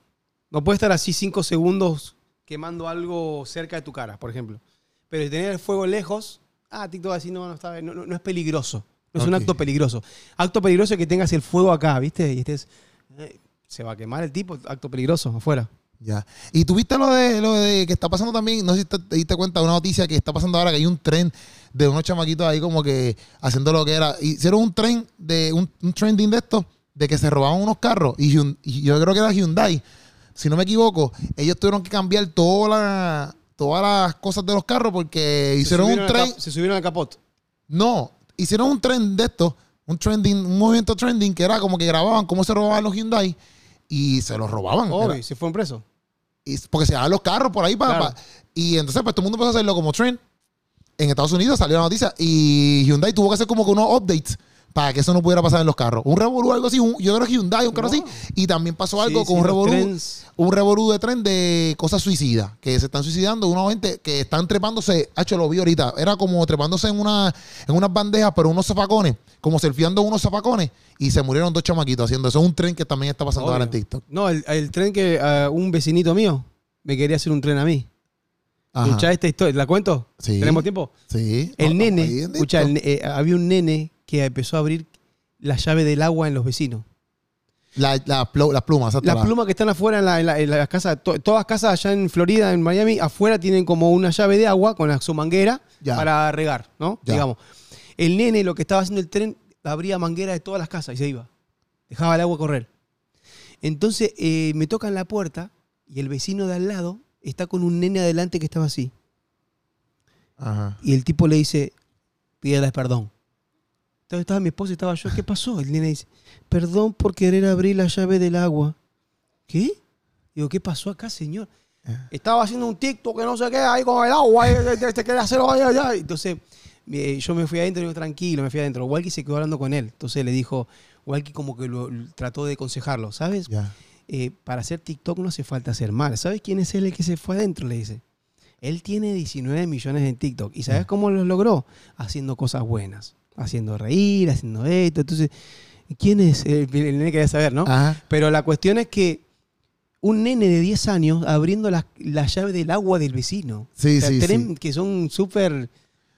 S2: No puede estar así cinco segundos quemando algo cerca de tu cara, por ejemplo. Pero si tenés el fuego lejos, ah, TikTok así no, no, está- no- no- no es peligroso. No es un
S1: Ok.
S2: acto peligroso. Acto peligroso es que tengas el fuego acá, ¿viste? Y estés. eh, se va a quemar el tipo, acto peligroso, afuera.
S1: Ya. Y tuviste lo de, lo de que está pasando también, no sé si te, te diste cuenta, una noticia que está pasando ahora que hay un tren de unos chamaquitos ahí como que haciendo lo que era. Hicieron un tren de un, un trending de esto, de que se robaban unos carros. Y, Hyun- y yo creo que era Hyundai, si no me equivoco, ellos tuvieron que cambiar toda la- todas las cosas de los carros porque
S2: Se
S1: hicieron un
S2: subieron al
S1: tren.
S2: cap- Se subieron al capot.
S1: No, hicieron un tren de esto, un trending, un movimiento trending que era como que grababan cómo se robaban los Hyundai y se los robaban. Era-
S2: Obvio, se fueron presos.
S1: y- porque se daban los carros por ahí para,
S2: Claro.
S1: para- y entonces pues todo el mundo empezó a hacerlo como trend en Estados Unidos salió la noticia y Hyundai tuvo que hacer como que unos updates para que eso no pudiera pasar en los carros un revolú algo así un- yo creo que Hyundai un carro
S2: Wow.
S1: así y también pasó algo
S2: Sí,
S1: con
S2: sí,
S1: un
S2: los
S1: revolú
S2: trens-
S1: un revolú de tren de cosas suicidas que se están suicidando una gente que están trepándose hecho lo vi ahorita era como trepándose en una en unas bandejas pero unos zapacones como surfeando unos zapacones y se murieron dos chamaquitos haciendo eso un tren que también está pasando ahora en
S2: Obvio.
S1: TikTok
S2: No, el, el tren que ah, un vecinito mío me quería hacer un tren a mí.
S1: Ajá.
S2: Escuchá esta historia, ¿la cuento?
S1: Sí.
S2: ¿Tenemos tiempo?
S1: sí
S2: El
S1: No,
S2: nene,
S1: ahí en
S2: escuchá,
S1: TikTok.
S2: el ne- eh, había un nene que empezó a abrir la llave del agua en los vecinos.
S1: Ah, La- la plo- las plumas, exacto.
S2: Las
S1: la-
S2: plumas que están afuera en, la- en la- en las casas, to- todas las casas allá en Florida, en Miami, afuera tienen como una llave de agua con la- su manguera
S1: Ya.
S2: para regar, ¿no?
S1: Ya.
S2: Digamos. El nene lo que estaba haciendo el tren abría manguera de todas las casas y se iba. Dejaba el agua correr. Entonces eh, me tocan la puerta y el vecino de al lado está con un nene adelante que estaba así.
S1: Ajá.
S2: Y el tipo le dice, pídales perdón. Entonces estaba mi esposa y estaba yo, ¿qué pasó? El nene dice, perdón por querer abrir la llave del agua. ¿Qué? Digo, ¿qué pasó acá, señor? Estaba haciendo un TikTok que no sé qué, ahí con el agua, ahí, te, te- te quería hacer ahí, allá. Entonces eh, yo me fui adentro y digo, tranquilo, me fui adentro. Walkie se quedó hablando con él. Entonces le dijo, Walkie como que lo, trató de aconsejarlo, ¿sabes?
S1: Ya.
S2: eh, para hacer TikTok no hace falta hacer mal. ¿Sabes quién es él el que se fue adentro? Le dice. Él tiene 19 millones en TikTok. ¿Y sabes cómo los logró? Haciendo cosas buenas. Haciendo reír, haciendo esto. Entonces, ¿quién es? El, el nene quería saber, ¿no?
S1: Ajá.
S2: Pero la cuestión es que un nene de 10 años abriendo la, la llave del agua del vecino.
S1: Sí,
S2: O sea,
S1: sí,
S2: tren
S1: sí.
S2: que son súper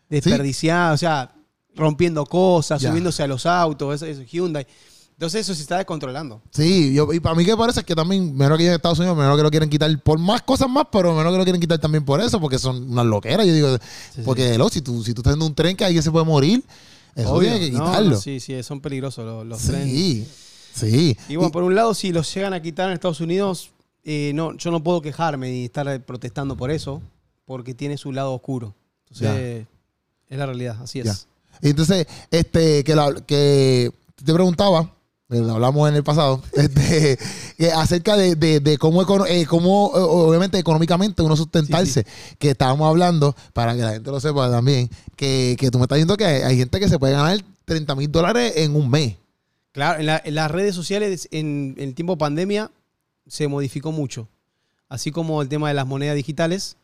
S2: desperdiciados. O sea, rompiendo cosas,
S1: Ya.
S2: subiéndose a los autos, eso, eso, Hyundai. Entonces eso se está descontrolando.
S1: Sí, yo- y para mí que parece que también, menos que en Estados Unidos, menos que lo quieren quitar por más cosas más, pero menos que lo quieren quitar también por eso, porque son unas loqueras. Yo digo, porque hello, si tú, si tú estás en un tren que alguien se puede morir, eso
S2: Obvio.
S1: tiene que
S2: No, no,
S1: quitarlo. sí,
S2: sí, sí, son peligrosos los, los trenes.
S1: sí, sí.
S2: Y bueno, por un lado, si los llegan a quitar en Estados Unidos, eh, no, yo no puedo quejarme y estar eh, protestando por eso, porque tiene su lado oscuro. Entonces, es la realidad, así es.
S1: Ya. Entonces, este, que, la- que te preguntaba, eh, lo hablamos en el pasado, este, que acerca de, de- de cómo, econo- eh, cómo, eh, obviamente, económicamente uno sustentarse, que estábamos hablando, para que la gente lo sepa también, que, que tú me estás diciendo que hay, hay gente que se puede ganar 30 mil dólares en un mes.
S2: Claro, en, la- en las redes sociales en, en el tiempo pandemia se modificó mucho. Así como el tema de las monedas digitales,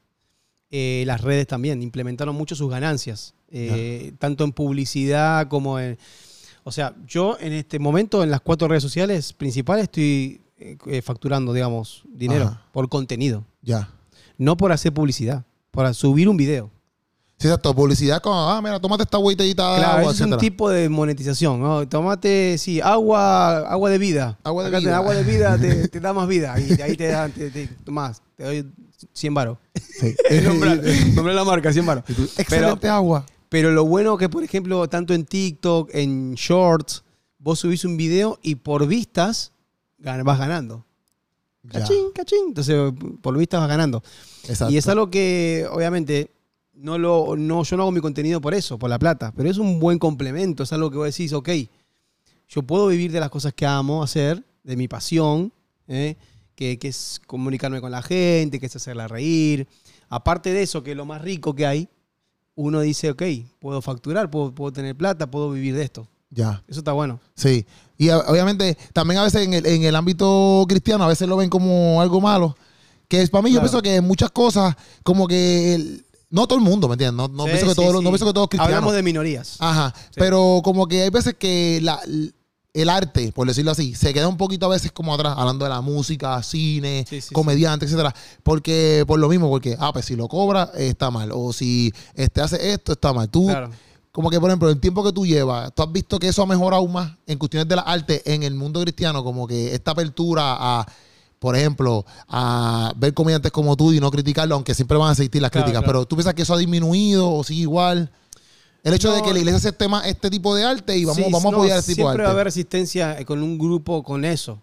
S2: eh, las redes también implementaron mucho sus ganancias, eh, tanto en publicidad como en... O sea, yo en este momento en las cuatro redes sociales principales estoy eh, eh, facturando, digamos, dinero
S1: Ajá.
S2: por contenido,
S1: Ya.
S2: no por hacer publicidad, por subir un video.
S1: Sí, exacto. Publicidad con, ah, mira, tómate esta botellita de
S2: Claro,
S1: agua,
S2: ese Ah, es un
S1: etcétera.
S2: tipo de monetización, ¿no? Tomate, sí, agua, agua de vida.
S1: Agua de
S2: Acá te-
S1: vida.
S2: agua de vida te, te da más vida. Y de ahí te dan te, te- más. Te doy 100 baros.
S1: Sí.
S2: Nombrar nombrar la marca, 100 baros.
S1: Excelente agua.
S2: Pero lo bueno que, por ejemplo, tanto en TikTok, en Shorts, vos subís un video y por vistas gan- vas ganando.
S1: Ya,
S2: Cachín, cachín. Entonces, por vistas vas ganando.
S1: exacto.
S2: Y es algo que, obviamente, no lo, no, yo no hago mi contenido por eso, por la plata, pero es un buen complemento, es algo que vos decís, ok, yo puedo vivir de las cosas que amo hacer, de mi pasión, ¿eh? que, que es comunicarme con la gente, que es hacerla reír. Aparte de eso, que es lo más rico que hay, uno dice, ok, puedo facturar, puedo, puedo tener plata, puedo vivir de esto.
S1: Ya.
S2: Eso está bueno.
S1: Sí. Y a- obviamente, también a veces en el, en el ámbito cristiano, a veces lo ven como algo malo. Que es para mí,
S2: Claro.
S1: yo pienso que muchas cosas, como que el- no todo el mundo, ¿me entiendes? No, no
S2: Sí,
S1: pienso que
S2: sí,
S1: todos los- no
S2: sí.
S1: pienso que todos los cristianos. Ah,
S2: Hablamos de minorías.
S1: Ajá. Pero como que hay veces que la- el arte, por decirlo así, se queda un poquito a veces como atrás, hablando de la música, cine,
S2: Sí, sí,
S1: comediante, etcétera. Porque, por lo mismo, porque, ah, pues si lo cobra, eh, está mal. O si este hace esto, está mal. Tú,
S2: Claro.
S1: como que, por ejemplo, el tiempo que tú llevas, ¿tú has visto que eso ha mejorado más en cuestiones de la arte en el mundo cristiano? Como que esta apertura a, por ejemplo, a ver comediantes como tú y no criticarlo, aunque siempre van a existir las
S2: Claro,
S1: críticas,
S2: claro.
S1: pero ¿tú piensas que eso ha disminuido o sigue igual? El hecho de
S2: No.
S1: que la iglesia acepte más este tipo de arte y vamos,
S2: Sí,
S1: vamos a
S2: no,
S1: apoyar este tipo de
S2: Siempre va a
S1: arte.
S2: haber resistencia eh, con un grupo con eso.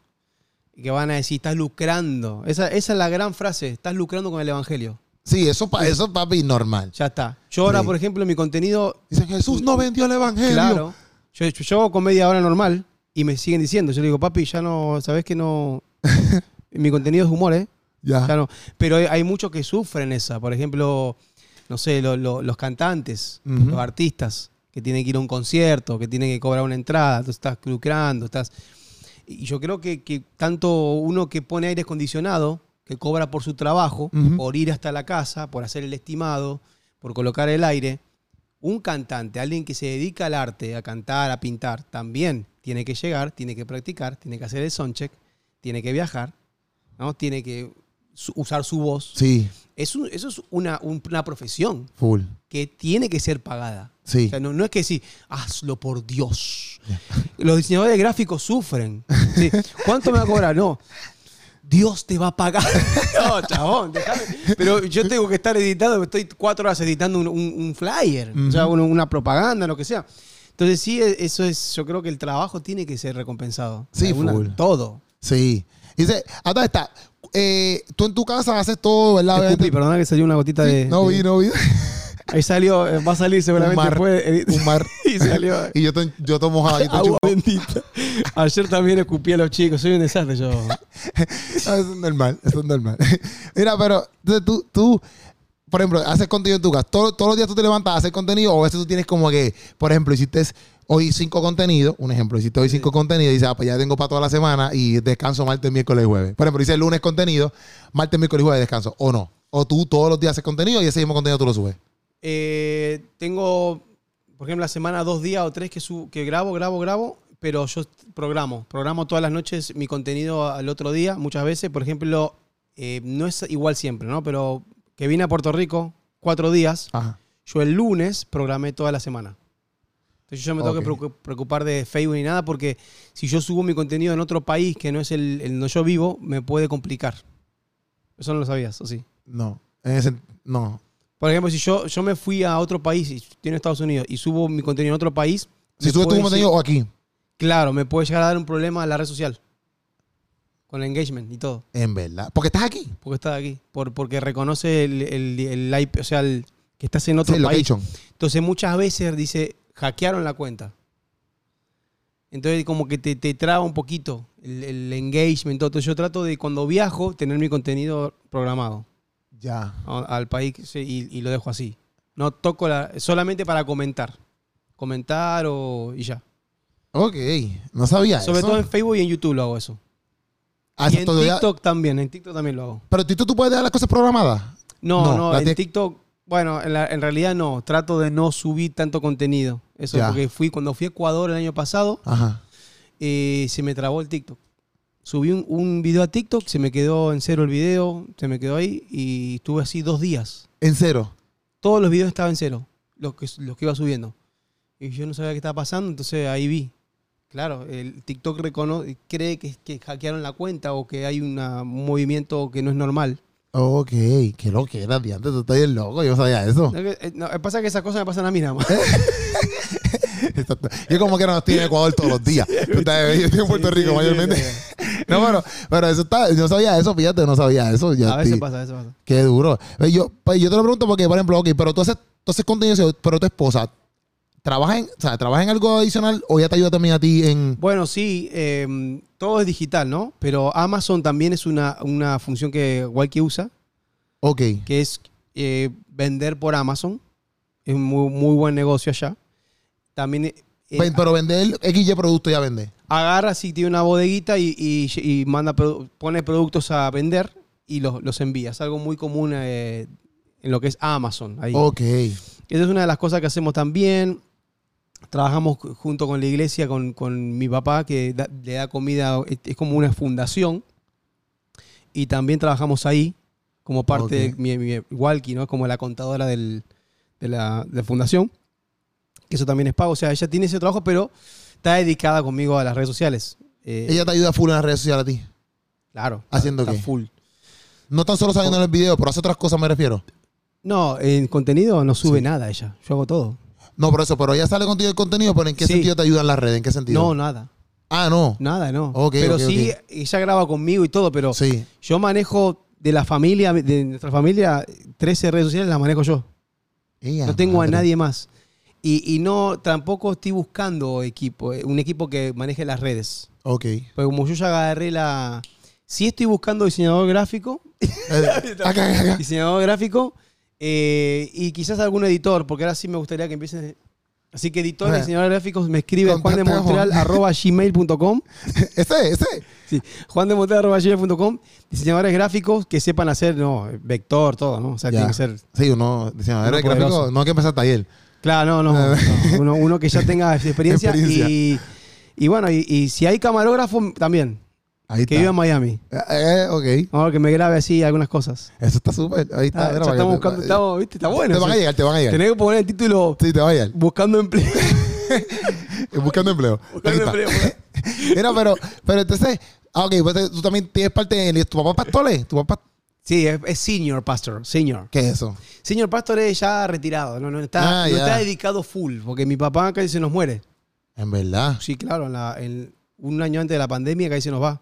S2: Que van a decir, estás lucrando. Esa, esa es la gran frase, estás lucrando con el Evangelio.
S1: Sí, eso, pa- eso papi, normal.
S2: Ya está. Yo ahora,
S1: Sí. Eh,
S2: por ejemplo, en mi contenido,
S1: Dicen, Jesús no vendió el evangelio.
S2: claro, yo, yo, yo hago comedia ahora normal y me siguen diciendo. Yo le digo, papi, ya no, sabes que no... mi contenido es humor, ¿eh?
S1: Ya.
S2: Ya no. Pero hay, hay muchos que sufren esa. Por ejemplo, no sé, lo- lo- los cantantes,
S1: Ujú.
S2: los artistas, que tienen que ir a un concierto, que tienen que cobrar una entrada, tú estás lucrando, estás. Y yo creo que, que tanto uno que pone aire acondicionado, que cobra por su trabajo,
S1: Ujú.
S2: por ir hasta la casa, por hacer el estimado, por colocar el aire, un cantante, alguien que se dedica al arte, a cantar, a pintar, también tiene que llegar, tiene que practicar, tiene que hacer el soundcheck, tiene que viajar, ¿no? tiene que su- usar su voz.
S1: Sí,
S2: Es un- eso es una, un- una profesión
S1: full.
S2: que tiene que ser pagada.
S1: Sí.
S2: O sea, no, no es que sí, hazlo por Dios. Los diseñadores gráficos sufren. Sí. ¿Cuánto me va a cobrar? No. Dios te va a pagar. No, chabón, déjame. Pero yo tengo que estar editando, estoy cuatro horas editando un, un- un flyer, o sea, un- una propaganda, lo que sea. Entonces, sí, e- eso es. Yo creo que el trabajo tiene que ser recompensado.
S1: Sí,
S2: De alguna-
S1: full.
S2: Todo.
S1: Sí. Dice, hasta está. Eh, tú en tu casa haces todo, ¿verdad?
S2: Te escupí,
S1: Obviamente-
S2: perdona que salió una gotita de.
S1: no
S2: de-
S1: vi, no vi.
S2: Ahí salió, eh, va a salir seguramente
S1: Un mar.
S2: después. eh,
S1: Un mar.
S2: Y salió. eh,
S1: Y yo, to- yo tomo java, yo to-
S2: Agua bendita. Ayer también escupí a los chicos, soy un desastre yo.
S1: Ah, Eso es normal, eso es normal. Mira, pero entonces tú, tú, por ejemplo, haces contenido en tu casa. Todo- todos los días tú te levantas a hacer contenido o a veces tú tienes como que, por ejemplo, hiciste hoy cinco contenidos. Un ejemplo, hiciste hoy cinco contenidos y dices, ah, pues ya tengo para toda la semana y descanso martes, miércoles y jueves. Por ejemplo, hice el lunes contenido, martes, miércoles y jueves descanso. O no. O tú todos los días haces contenido y ese mismo contenido tú lo subes.
S2: Eh, tengo, por ejemplo, la semana dos días o tres que, su- que grabo, grabo, grabo, pero yo programo. Programo todas las noches mi contenido al otro día, muchas veces. Por ejemplo, eh, no es igual siempre, ¿no? Pero que vine a Puerto Rico cuatro días,
S1: Ajá.
S2: yo el lunes programé toda la semana. Entonces yo no me tengo
S1: Ok.
S2: que preocu- preocupar de Facebook ni nada porque si yo subo mi contenido en otro país que no es el, el donde yo vivo, me puede complicar. Eso no lo sabías, ¿o sí?
S1: No. En ese, no.
S2: Por ejemplo, si yo, yo me fui a otro país, y estoy en Estados Unidos, y subo mi contenido en otro país...
S1: Si
S2: me
S1: subes tu
S2: puede
S1: contenido o aquí.
S2: llegar- Claro, me puede llegar a dar un problema a la red social. Con el engagement y todo.
S1: En verdad. Porque estás aquí.
S2: Porque está aquí. Por, porque reconoce el, el, el IP, o sea, el, que estás en otro
S1: Sí,
S2: país.
S1: location.
S2: Entonces muchas veces dice, hackearon la cuenta. Entonces como que te, te traba un poquito el, el engagement. todo. Entonces yo trato de cuando viajo tener mi contenido programado
S1: Ya.
S2: a- al país sí, y, y lo dejo así. No toco la... Solamente para comentar. Comentar o... y ya.
S1: Ok. No sabía
S2: Sobre
S1: Ah, eso.
S2: todo en Facebook y en YouTube lo hago eso.
S1: Ah,
S2: y en
S1: esto ya-
S2: TikTok también. En TikTok también lo hago.
S1: Pero Tito, tú puedes dejar las cosas programadas.
S2: No,
S1: No,
S2: no,
S1: la
S2: en
S1: tienes-
S2: TikTok, bueno, en, la- en realidad no, trato de no subir tanto contenido. Eso
S1: Ya.
S2: porque fui, cuando fui a Ecuador el año pasado,
S1: Ajá.
S2: eh, se me trabó el TikTok. Subí un, un video a TikTok, se me quedó en cero el video, se me quedó ahí y estuve así dos días.
S1: En cero.
S2: Todos los videos estaban en cero, los que, los que iba subiendo. Y yo no sabía qué estaba pasando, entonces ahí vi. Claro, el TikTok recono cree que, que hackearon la cuenta o que hay una- un movimiento que no es normal.
S1: Ok. Qué lo que era, diante. Tú estás bien loco. Yo no sabía eso.
S2: No, que- eh, no, pasa que esas cosas me pasan a mí nada más.
S1: Exacto. Yo como que no estoy en Ecuador todos los días. Tú estás- Yo estoy en Puerto
S2: Sí,
S1: Rico
S2: sí,
S1: mayormente.
S2: sí, sí.
S1: No, pero, pero eso está, yo no sabía eso, fíjate, no sabía eso. Yo
S2: A veces
S1: estoy-
S2: pasa, a veces pasa.
S1: Qué duro. Eh, Yo, pues, yo te lo pregunto porque, por ejemplo, ok, pero tú haces, tú haces contenido, pero tu esposa, ¿trabaja en, o sea, ¿trabaja en algo adicional o ya te ayuda también a ti en...
S2: Bueno, sí, eh, todo es digital, ¿no? Pero Amazon también es una, una función que Walkie usa,
S1: Ok,
S2: que es eh, vender por Amazon. Es un muy, muy buen negocio allá. También eh,
S1: Ven, pero vender XY producto ya vende.
S2: agarra si tiene una bodeguita y, y- y manda produ- pone productos a vender y los, los envía. Es algo muy común eh, en lo que es Amazon. Ahí.
S1: Ok,
S2: Esa es una de las cosas que hacemos también. Trabajamos cu- junto con la iglesia, con, con mi papá, que da- le da comida, es, es como una fundación. Y también trabajamos ahí, como parte
S1: Ok.
S2: de mi, mi Walkie, ¿no? Como la contadora del- de, la, de la fundación. Que eso también es pago. O sea, ella tiene ese trabajo, pero está dedicada conmigo a las redes sociales. Eh,
S1: ella te ayuda full en las redes sociales a ti.
S2: claro.
S1: ¿Haciendo
S2: está
S1: qué?
S2: full.
S1: No tan solo saliendo en el video, pero hace otras cosas, me refiero.
S2: No, en contenido no sube
S1: Sí.
S2: nada ella. Yo hago todo.
S1: No, por eso, pero ella sale contigo el contenido, pero ¿en qué
S2: Sí.
S1: sentido te ayuda en las redes? ¿En qué sentido?
S2: No, nada.
S1: Ah, no.
S2: Nada, no.
S1: Ok,
S2: pero
S1: ok,
S2: sí, ella graba conmigo y todo, pero
S1: Sí.
S2: yo manejo de la familia, de nuestra familia, 13 redes sociales las manejo yo.
S1: Ella,
S2: no tengo
S1: madre.
S2: a nadie más. Y, y no, tampoco estoy buscando equipo, eh, un equipo que maneje las redes.
S1: Ok. Eh,
S2: Pero como yo ya agarré la... Sí estoy buscando diseñador gráfico,
S1: acá, acá, acá.
S2: diseñador gráfico, eh, y quizás algún editor, porque ahora sí me gustaría que empiecen... Así que editores,
S1: Bueno.
S2: diseñadores gráficos, me escribe Juan de
S1: Contacta a Juan.
S2: Montreal, arroba gmail.com.
S1: Ese, ese.
S2: Sí, Juan de Montero, arroba gmail.com, diseñadores gráficos que sepan hacer, no, vector, todo, ¿no? O sea,
S1: Ya.
S2: tiene que ser.
S1: Sí, uno, diseñador
S2: Uno
S1: de gráfico,
S2: poderoso.
S1: no hay que empezar el taller.
S2: Claro, no, no.
S1: Ah,
S2: no. Uno, uno que ya tenga experiencia.
S1: Experiencia.
S2: Y, y bueno, y, y si hay camarógrafo también,
S1: Ahí
S2: que
S1: está.
S2: viva en Miami.
S1: Eh, eh, ok.
S2: Ahora que me grabe así algunas cosas.
S1: Eso está súper. Ahí
S2: Ah,
S1: está.
S2: ya
S1: mira, para que
S2: estamos
S1: te-
S2: buscando, estamos, viste, está bueno.
S1: Te van a
S2: eso.
S1: llegar, te van a llegar.
S2: Tenés que poner el título
S1: Sí, te van a llegar.
S2: Buscando empleo.
S1: Eh, Buscando empleo. Aquí
S2: Buscando
S1: está.
S2: empleo.
S1: Mira, pero, pero entonces, ah, ok, pues, eh, tú también tienes parte en tu papá es pastore, tu papá,
S2: Sí, es, es senior pastor, senior.
S1: ¿qué es eso?
S2: Señor Pastor es ya retirado, no, no, está,
S1: Ah,
S2: no
S1: ya.
S2: está dedicado full, porque mi papá casi se nos muere.
S1: En verdad,
S2: Sí, claro, en la- en- un año antes de la pandemia que ahí se nos va.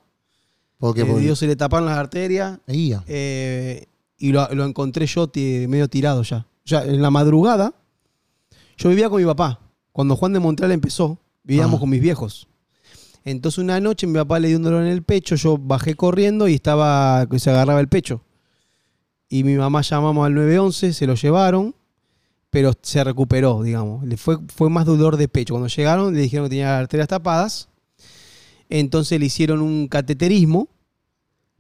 S1: porque
S2: Eh,
S1: por
S2: Dios se le taparon las arterias
S1: Ey, ya.
S2: eh, y lo, lo encontré yo ti- medio tirado ya. Ya en la madrugada, yo vivía con mi papá. Cuando Juan de Montreal empezó, vivíamos
S1: Ajá.
S2: con mis viejos. Entonces una noche mi papá le dio un dolor en el pecho, yo bajé corriendo y estaba, se agarraba el pecho. Y mi mamá llamamos al 911, se lo llevaron, pero se recuperó, digamos. Le fue, fue más dolor de pecho. Cuando llegaron le dijeron que tenía las arterias tapadas. Entonces le hicieron un cateterismo,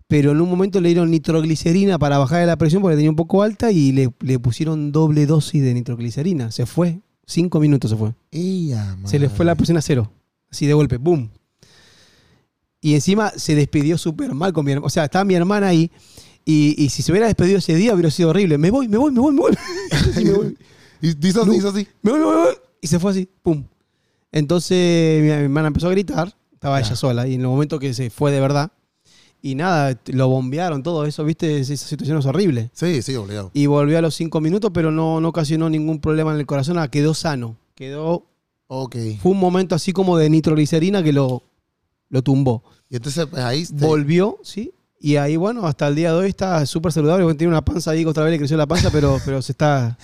S2: pero en un momento le dieron nitroglicerina para bajar la presión porque la tenía un poco alta y le, le pusieron doble dosis de nitroglicerina. Se fue, cinco minutos se fue.
S1: Ey, ya,
S2: Se le fue la
S1: madre.
S2: presión a cero, así de golpe, boom. Y encima se despidió súper mal con mi hermana. O sea, estaba mi hermana ahí. Y, y si se hubiera despedido ese día hubiera sido horrible. Me voy, me voy, me voy, me voy. Sí, me voy.
S1: Y hizo así, hizo así.
S2: Me voy, me voy, me voy. Y se fue así, pum. Entonces mi, mi hermana empezó a gritar, estaba
S1: Ya.
S2: ella sola, y en el momento que se fue de verdad, y nada, t- lo bombearon, todo eso, viste, Es- esa situación es horrible.
S1: Sí, sí, obligado.
S2: Y volvió a los cinco minutos, pero no, no ocasionó ningún problema en el corazón, ah, quedó sano, quedó,
S1: Ok. Y
S2: fue un momento así como de nitroglicerina que lo, lo tumbó.
S1: entonces pues, ahí. te-
S2: Volvió, sí. Y ahí, bueno, hasta el día de hoy está súper saludable. porque Tiene una panza ahí, que otra vez le creció la panza, pero, pero se está.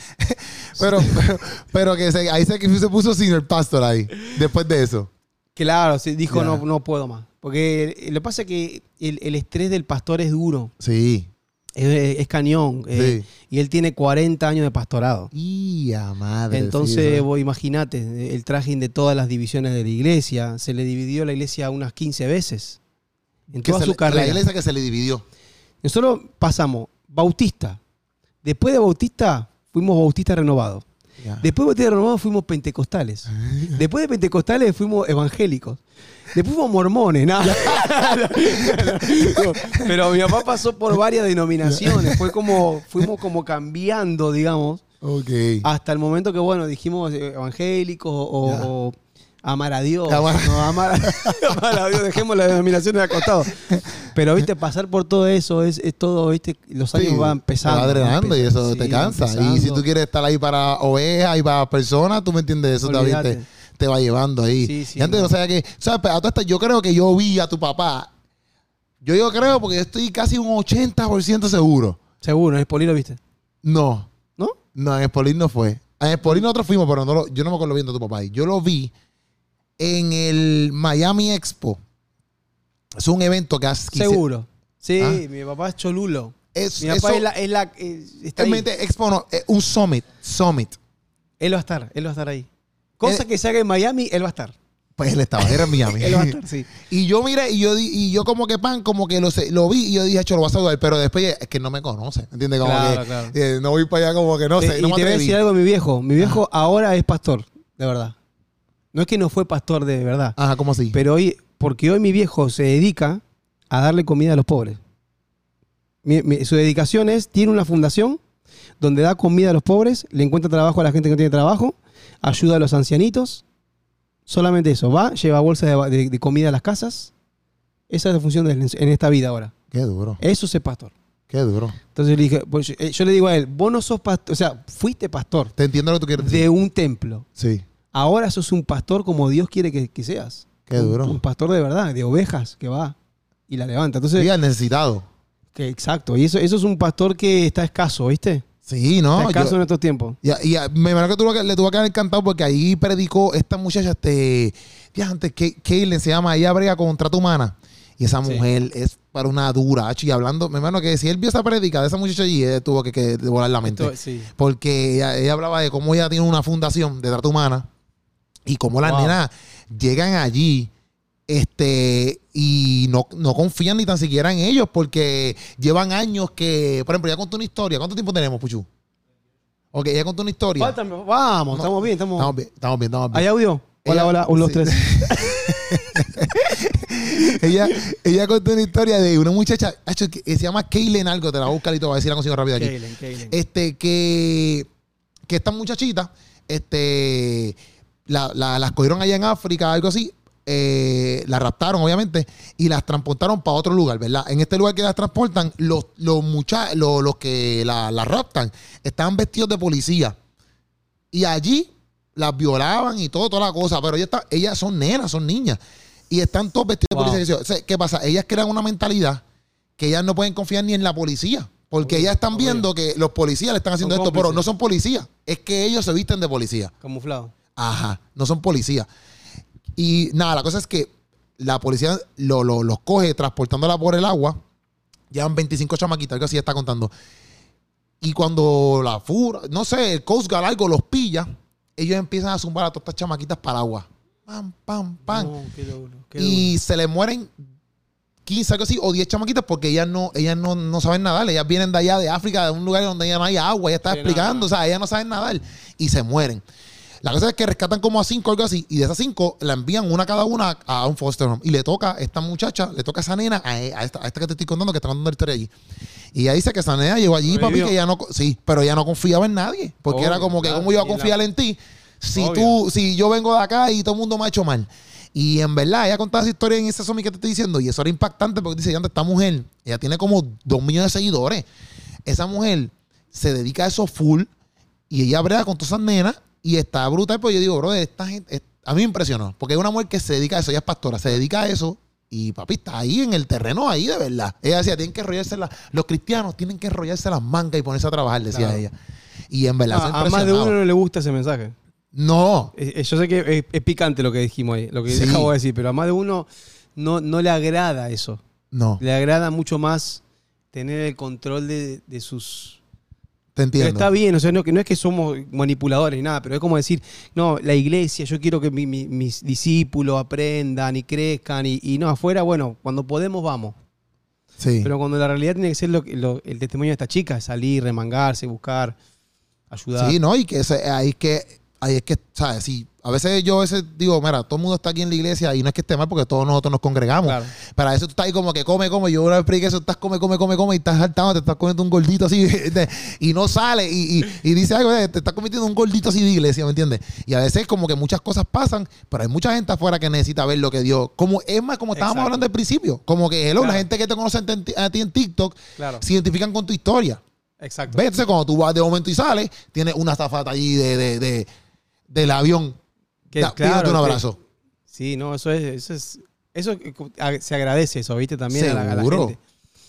S1: pero, pero, pero que se- ahí se, que se puso sin el pastor ahí. Después de eso.
S2: Claro, sí, dijo,
S1: Ya.
S2: no, no puedo más. Porque eh, lo que pasa es que el, el estrés del pastor es duro,
S1: Sí.
S2: es, es cañón. eh,
S1: sí.
S2: Y él tiene 40 años de pastorado.
S1: Y a madre. sí,
S2: Entonces,
S1: eso-
S2: vos imaginate, el trajín de todas las divisiones de la iglesia. Se le dividió la iglesia unas 15 veces. En
S1: que se
S2: toda su
S1: le- La
S2: carrera.
S1: iglesia que se le dividió.
S2: Nosotros pasamos Bautista. Después de Bautista, fuimos Bautista renovado.
S1: Ya.
S2: Después de Bautista renovado, fuimos pentecostales. Después de pentecostales, fuimos evangélicos. Después fuimos mormones, nada. Pero mi papá pasó por varias denominaciones. Fue como, fuimos como cambiando, digamos,
S1: Ok.
S2: hasta el momento que, bueno, dijimos eh, evangélicos o.
S1: Ya.
S2: o Amar a Dios,
S1: Amar-
S2: no, amar a, amar a Dios, dejemos las denominaciones de acostado. Pero, viste, pasar por todo eso es, es todo, viste, los años
S1: Sí,
S2: van pesando.
S1: Te va drenando
S2: van
S1: y eso
S2: pesando,
S1: te
S2: sí,
S1: cansa.
S2: van pesando.
S1: Y si tú quieres estar ahí para ovejas y para personas, tú me entiendes, eso también te,
S2: Olvídate.
S1: te va llevando ahí.
S2: Sí, sí,
S1: y antes no
S2: no.
S1: sabía que, ¿sabes? Pero a todas estas, yo creo que yo vi a tu papá. Yo, yo creo porque yo estoy casi un 80% seguro.
S2: Seguro, es polilo, viste.
S1: No,
S2: ¿No? Mm.
S1: no, en Espolín no fue. En Espolín nosotros fuimos, pero no lo- yo no me acuerdo viendo a tu papá ahí. Yo lo vi en el Miami Expo. Es un evento que hace.
S2: Seguro. Sí,
S1: Ah.
S2: mi papá es cholulo.
S1: Es,
S2: Mi papá
S1: eso-
S2: es la. Es la eh, está ahí.
S1: realmente Expo no, es un summit. Summit.
S2: Él va a estar, él va a estar ahí. Cosa
S1: Eh.
S2: que se haga en Miami, él va a estar.
S1: Pues él estaba, era en Miami.
S2: Él va a estar, sí.
S1: Y yo miré y yo, di- y yo como que pan, como que lo, sé- lo vi y yo dije, hecho, lo vas a saludar, pero después eh, es que no me conoce, ¿entiendes? Como
S2: Claro,
S1: que
S2: claro.
S1: eh, no voy para allá como que no sé,
S2: Te-
S1: no
S2: Eh, y
S1: me
S2: te voy a
S1: atreví. Ah.
S2: decir algo de mi viejo. Mi viejo ahora es pastor, de verdad. No es que no fue pastor de verdad.
S1: Ajá, ¿cómo así?
S2: Pero hoy, porque hoy mi viejo se dedica a darle comida a los pobres. Mi- mi- su dedicación es, tiene una fundación donde da comida a los pobres, le encuentra trabajo a la gente que no tiene trabajo, ayuda a los ancianitos. Solamente eso, va, lleva bolsas de, ba- de- de comida a las casas. Esa es la función de él en, en esta vida ahora.
S1: qué duro,
S2: Eso es ser pastor.
S1: qué duro.
S2: Entonces le dije, pues, yo, eh, yo le digo a él, vos no sos pastor, o sea, fuiste pastor
S1: Te entiendo lo que tú quieres decir.
S2: de un templo.
S1: Sí,
S2: Ahora sos un pastor como Dios quiere que, que seas.
S1: Qué
S2: Un-
S1: duro.
S2: Un, pastor de verdad, de ovejas que va y la levanta. Entonces,
S1: Diga, necesitado.
S2: que- exacto. Y eso, eso es un pastor que está escaso, ¿viste?
S1: Sí,
S2: está
S1: ¿no?
S2: escaso
S1: yo-
S2: en estos tiempos.
S1: y, a- y a- me imagino que tuvo que- le tuvo que haber encantado porque ahí predicó esta muchacha, este, ya antes, Kay- Kaylin se llama, ella brega con trata humana. Y esa
S2: Sí.
S1: mujer es para una dura, hacho, y hablando, me imagino que si él vio esa predica de esa muchacha allí, él tuvo que, que volar la mente.
S2: Esto- sí.
S1: porque ella, ella hablaba de cómo ella tiene una fundación de trata humana y cómo las
S2: Wow.
S1: nenas llegan allí este y no, no confían ni tan siquiera en ellos porque llevan años que, por ejemplo, ella contó una historia. ¿Cuánto tiempo tenemos, Puchu? Ok, ella contó una historia.
S2: Faltan-
S1: No,
S2: vamos, estamos bien, estamos.
S1: Estamos bien, estamos bien, estamos bien.
S2: ¿Hay audio? Hola,
S1: Ella-
S2: hola, uno, dos,
S1: sí.
S2: tres.
S1: ella, ella contó una historia de una muchacha hacho, que se llama Kaylen algo, te la voy a buscar y te voy a decir la consigo rápido aquí.
S2: Keilen, Keilen.
S1: este que, que estas muchachitas este la- la- las cogieron allá en África algo así eh, las raptaron obviamente y las transportaron para otro lugar verdad en este lugar que las transportan los los mucha- los, los que la- las raptan estaban vestidos de policía y allí las violaban y todo toda la cosa pero ellas, está- ellas son nenas son niñas y están todos vestidos
S2: Wow.
S1: de policía O sea, qué pasa ellas crean una mentalidad que ellas no pueden confiar ni en la policía. Porque
S2: Obvio,
S1: ellas están
S2: obvio.
S1: viendo que los policías le están haciendo
S2: Son
S1: esto, pero
S2: cómplices.
S1: no son policías. Es que ellos se visten de policía.
S2: Camuflado.
S1: Ajá, no son policías. Y nada, la cosa es que la policía lo- lo- los coge transportándola por el agua. Llevan 25 chamaquitas, algo así está contando. Y cuando la fura, no sé, el Coast Guard algo los pilla, ellos empiezan a zumbar a todas estas chamaquitas para el agua. Pam, pam, pam
S2: No, qué duro, qué
S1: y se le mueren 15 algo así, o 10 chamaquitas porque ellas no ellas no, no saben nadar. Ellas vienen de allá, de África, de un lugar donde ya no hay agua. Ella está
S2: Sí,
S1: explicando,
S2: nada.
S1: o sea, ellas no saben nadar y se mueren. La cosa es que rescatan como a cinco algo así, y de esas cinco la envían una cada una a un foster home. Y le toca a esta muchacha, le toca a esa nena, a, e, a esta, a esta que te estoy contando, que está contando la historia allí. Y ella dice que esa nena llegó allí, papi,
S2: Sobrevivió.
S1: que ella no, sí, pero ella no confiaba en nadie. Porque
S2: Obvio,
S1: era como que,
S2: claro,
S1: ¿cómo yo iba a
S2: Oh, y la-
S1: confiar en ti? Si
S2: Obvio.
S1: tú, si yo vengo de acá y todo el mundo me ha hecho mal. Y en verdad, ella contaba esa historia en ese zombie que te estoy diciendo. Y eso era impactante porque dice, anda, esta mujer, ella tiene como dos millones de seguidores. Esa mujer se dedica a eso full y ella brega con todas esas nenas y está brutal. Pues yo digo, bro, esta gente, es- a mí me impresionó. Porque es una mujer que se dedica a eso, ella es pastora, se dedica a eso. Y papi, está ahí en el terreno, ahí de verdad. Ella decía, tienen que enrollarse las, los cristianos tienen que enrollarse las mangas y ponerse a trabajar, decía
S2: Claro.
S1: ella. Y en verdad, se
S2: Ah, A, a más de
S1: impresionaba.
S2: uno no le gusta ese mensaje.
S1: No,
S2: Eh, eh, Yo sé que es, es picante lo que dijimos ahí, lo que
S1: Sí.
S2: acabo de decir, pero a más de uno no, no le agrada eso.
S1: no,
S2: Le agrada mucho más tener el control de, de sus...
S1: te
S2: Pero
S1: entiendo.
S2: está bien, o sea, no, que no es que somos manipuladores ni nada, pero es como decir, no, la iglesia, yo quiero que mi- mi- mis discípulos aprendan y crezcan y, y no, afuera, bueno, cuando podemos vamos.
S1: sí.
S2: Pero cuando la realidad tiene que ser lo, que- lo- el testimonio de esta chica, salir, remangarse, buscar, ayudar.
S1: Sí, ¿no? Y que ese- ahí es que, ahí es que, ¿sabes? Sí, a veces yo a veces digo, mira, todo el mundo está aquí en la iglesia y no es que esté mal porque todos nosotros nos congregamos.
S2: Claro.
S1: Para eso tú estás ahí como que come, come. Yo una vez expliqué eso, estás come, come, come, come y estás saltando, te estás comiendo un gordito así de- y no sale y, y, y dice, ay, güey, te estás cometiendo un gordito así de iglesia, ¿me entiendes? Y a veces como que muchas cosas pasan, pero hay mucha gente afuera que necesita ver lo que Dios, como es más, como estábamos
S2: Exacto.
S1: hablando al principio, como que hello,
S2: Claro.
S1: la gente que te conoce en- a ti en TikTok
S2: Claro,
S1: se identifican con tu historia.
S2: exacto.
S1: ¿Ves? Entonces, cuando tú vas de momento y sales, tienes una zafata allí de, de, de- del avión.
S2: Que-
S1: Da-
S2: claro,
S1: pidiéndote un
S2: que-
S1: abrazo.
S2: Sí, no, eso es, eso es, eso es- a- se agradece eso, ¿viste? También a la, a la
S1: Seguro.
S2: gente.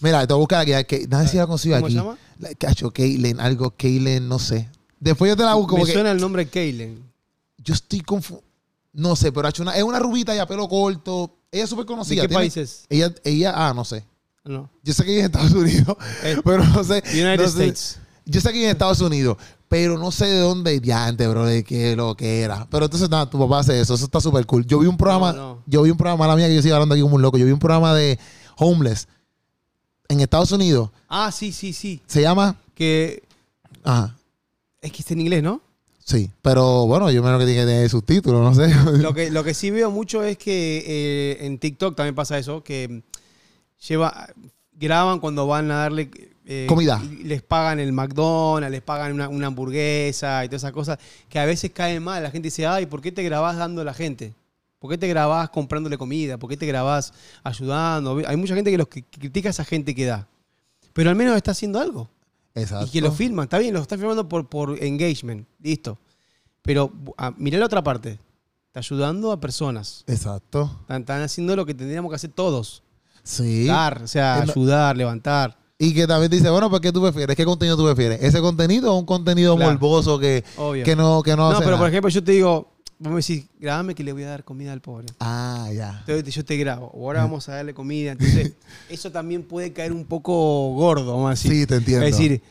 S1: Mira, te voy a buscar aquí. que- no sé si la consigo
S2: ¿Cómo
S1: aquí.
S2: se llama?
S1: La- Cacho, Kaylen, algo, Kaylen, no sé. Después yo te la busco
S2: Me
S1: porque
S2: suena el nombre Kaylen.
S1: yo estoy confuso. No sé, pero ha hecho una, es una rubita y a pelo corto. Ella es súper
S2: ¿De
S1: conocida.
S2: qué
S1: tiene-
S2: países?
S1: Ella, ella, ah, no sé.
S2: No.
S1: Yo sé que ella es de Estados Unidos,
S2: Eh,
S1: pero no sé.
S2: United
S1: no sé.
S2: States.
S1: Yo sé que en Estados Unidos, pero no sé de dónde diante, bro, de qué lo que era. Pero entonces nada, tu papá hace eso, eso está súper cool. Yo vi un programa,
S2: No, no.
S1: yo vi un programa, la mía que yo sigo hablando aquí como un loco, yo vi un programa de homeless en Estados Unidos,
S2: Ah, sí, sí, sí.
S1: se llama,
S2: Que
S1: ajá,
S2: es que está en inglés, ¿no?
S1: sí, pero bueno, yo menos que tiene que tener subtítulos, no sé.
S2: Lo que, lo que sí veo mucho es que eh, en TikTok también pasa eso, que mm, lleva, graban cuando van a darle... eh,
S1: Comida.
S2: y Les pagan el McDonald's, les pagan una, una hamburguesa y todas esas cosas que a veces caen mal. La gente dice, ay, ¿por qué te grabás dando a la gente? ¿Por qué te grabás comprándole comida? ¿Por qué te grabás ayudando? Hay mucha gente que los que critica a esa gente que da. Pero al menos está haciendo algo.
S1: Exacto.
S2: Y que lo filman, está bien, lo están filmando por, por engagement, listo. Pero ah, mirá la otra parte. Está ayudando a personas.
S1: Exacto.
S2: Están, están haciendo lo que tendríamos que hacer todos.
S1: Sí.
S2: Dar, o sea,
S1: Eh, no-
S2: ayudar, levantar.
S1: Y que también te dice, bueno, pues ¿qué tú prefieres? ¿Qué contenido tú prefieres? ¿Ese contenido o un contenido
S2: Claro.
S1: morboso que,
S2: Obvio.
S1: que no, que no,
S2: no,
S1: hace
S2: pero por
S1: nada?
S2: ejemplo, yo te digo, vos me decís, grabame que le voy a dar comida al pobre.
S1: Ah, ya.
S2: Entonces yo te grabo, o ahora vamos a darle comida. Entonces, eso también puede caer un poco gordo, vamos a decir.
S1: Sí, te entiendo.
S2: Es decir,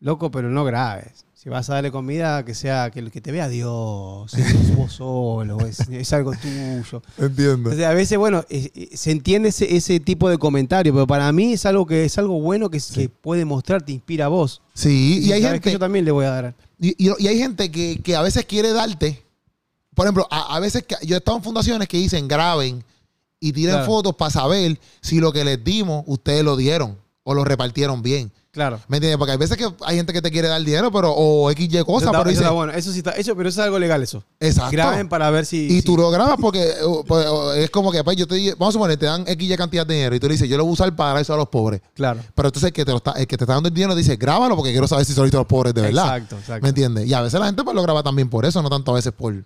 S2: loco, pero no graves. Si vas a darle comida, que sea que, que te vea Dios, es vos solo, es, es algo tuyo.
S1: Entiendo.
S2: Entonces, a veces, bueno, es- es- se entiende ese, ese tipo de comentario, pero para mí es algo que es algo bueno que, que puede mostrar, te inspira a vos.
S1: Sí, y hay
S2: ¿sabés que
S1: gente
S2: yo también le voy a dar.
S1: Y, y- y hay gente que, que a veces quiere darte. Por ejemplo, a, a veces que- yo he estado en fundaciones que dicen graben y tiren
S2: Claro.
S1: fotos para saber si lo que les dimos ustedes lo dieron o lo repartieron bien.
S2: Claro.
S1: ¿Me entiendes? Porque hay veces que hay gente que te quiere dar dinero pero, o XY
S2: Eso,
S1: cosas,
S2: está-
S1: pero
S2: eso
S1: dice,
S2: está bueno. Eso sí está, eso, pero eso es algo legal eso.
S1: exacto.
S2: Graben para ver si.
S1: y
S2: si-
S1: tú lo grabas porque eh, pues, eh, es como que pues, yo te di- vamos a suponer, te dan XY cantidad de dinero y tú le dices, yo lo voy a usar para eso a los pobres.
S2: Claro.
S1: Pero entonces el que te, lo está, el que te está dando el dinero dice, grábalo porque quiero saber si son los pobres de verdad.
S2: Exacto, exacto.
S1: ¿Me entiendes? Y a veces la gente pues, lo graba también por eso, no tanto a veces por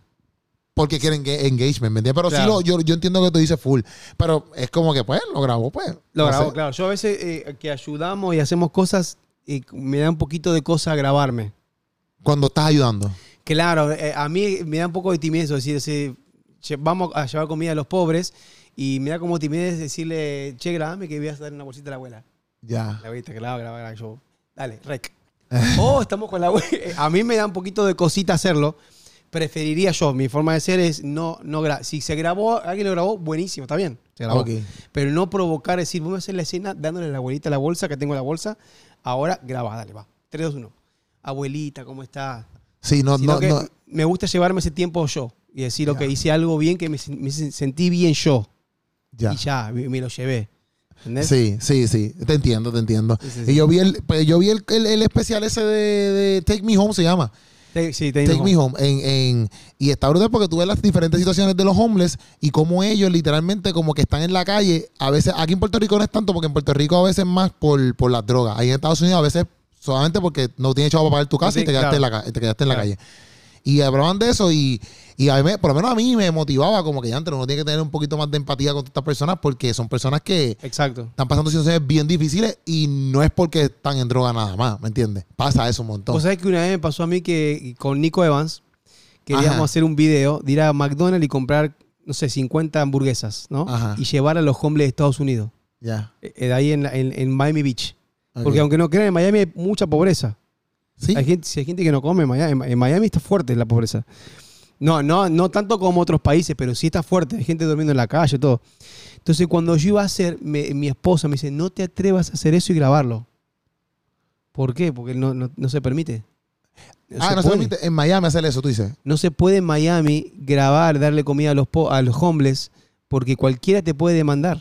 S1: porque quieren enga- engagement, ¿me entiendes? Pero sí
S2: Claro.
S1: lo, yo, yo entiendo que tú dices full. Pero es como que pues lo grabó, pues.
S2: Lo
S1: No
S2: grabo,
S1: sé.
S2: claro. Yo a veces eh, que ayudamos y hacemos cosas, eh, me da un poquito de cosa a grabarme.
S1: Cuando estás ayudando.
S2: Claro, eh, a mí me da un poco de timidez eso, decir, decir, "Che, vamos a llevar comida a los pobres y me da como timidez decirle, che, grabame que voy a dar una bolsita a la abuela.
S1: Ya.
S2: La viste, graba, graba, graba. Yo, dale, rec. oh, estamos con la abuela. A mí me da un poquito de cosita hacerlo. Preferiría yo, mi forma de ser es no, no gra- Si se grabó, alguien lo grabó, buenísimo, está bien. Se grabó.
S1: Ok.
S2: Pero no provocar, decir, vamos a hacer la escena dándole a la abuelita la bolsa, que tengo la bolsa. Ahora graba, dale, va. 3, 2, 1. Abuelita, ¿cómo está?
S1: Sí, no,
S2: Sino
S1: no,
S2: que
S1: no.
S2: me gusta llevarme ese tiempo yo y decir, ok,
S1: Ya.
S2: hice algo bien que me, sen- me sen- sentí bien yo
S1: Ya.
S2: y ya, me, me lo llevé. ¿Entendés?
S1: Sí, sí, sí. Te entiendo, te entiendo.
S2: Sí, sí,
S1: Y
S2: sí.
S1: yo vi el, pues, yo vi el, el- el especial ese de, de Take Me Home se llama.
S2: Take, sí, Take Me
S1: Take Me
S2: Home.
S1: Home. En, en- y está brutal porque tú ves las diferentes situaciones de los homeless y cómo ellos literalmente como que están en la calle. A veces, aquí en Puerto Rico no es tanto porque en Puerto Rico a veces más por, por las drogas. Ahí en Estados Unidos a veces solamente porque no tienes chavo para pagar tu casa y
S2: tiene-
S1: te quedaste,
S2: Pues claro.
S1: en, la, ca- te quedaste en la
S2: Claro.
S1: calle. Y hablaban de eso y, y a mí, me- por lo menos a mí me motivaba como que ya antes uno tiene que tener un poquito más de empatía con estas personas porque son personas que
S2: Exacto.
S1: están pasando situaciones bien difíciles y no es porque están en droga nada más, ¿me entiendes? Pasa eso un montón.
S2: Vos sabés que una vez me pasó a mí que con Nico Evans queríamos
S1: Ajá.
S2: hacer un video de ir a McDonald's y comprar, no sé, 50 hamburguesas, ¿no?
S1: Ajá.
S2: Y llevar a los hombres de Estados Unidos,
S1: ya.
S2: eh, eh, de ahí en, la- en- en Miami Beach.
S1: ok.
S2: Porque aunque no crean, en Miami hay mucha pobreza.
S1: Sí.
S2: Hay, gente, si hay gente que no come, en Miami, en Miami está fuerte la pobreza. No, no, no tanto como otros países, pero sí está fuerte. Hay gente durmiendo en la calle, todo. Entonces, cuando yo iba a hacer, me- mi esposa me dice, no te atrevas a hacer eso y grabarlo. ¿Por qué? Porque no, no- no se permite.
S1: ah, no se
S2: puede.
S1: permite en Miami hacer eso, tú dices.
S2: No se puede en Miami grabar, darle comida a los, po- a los homeless, porque cualquiera te puede demandar.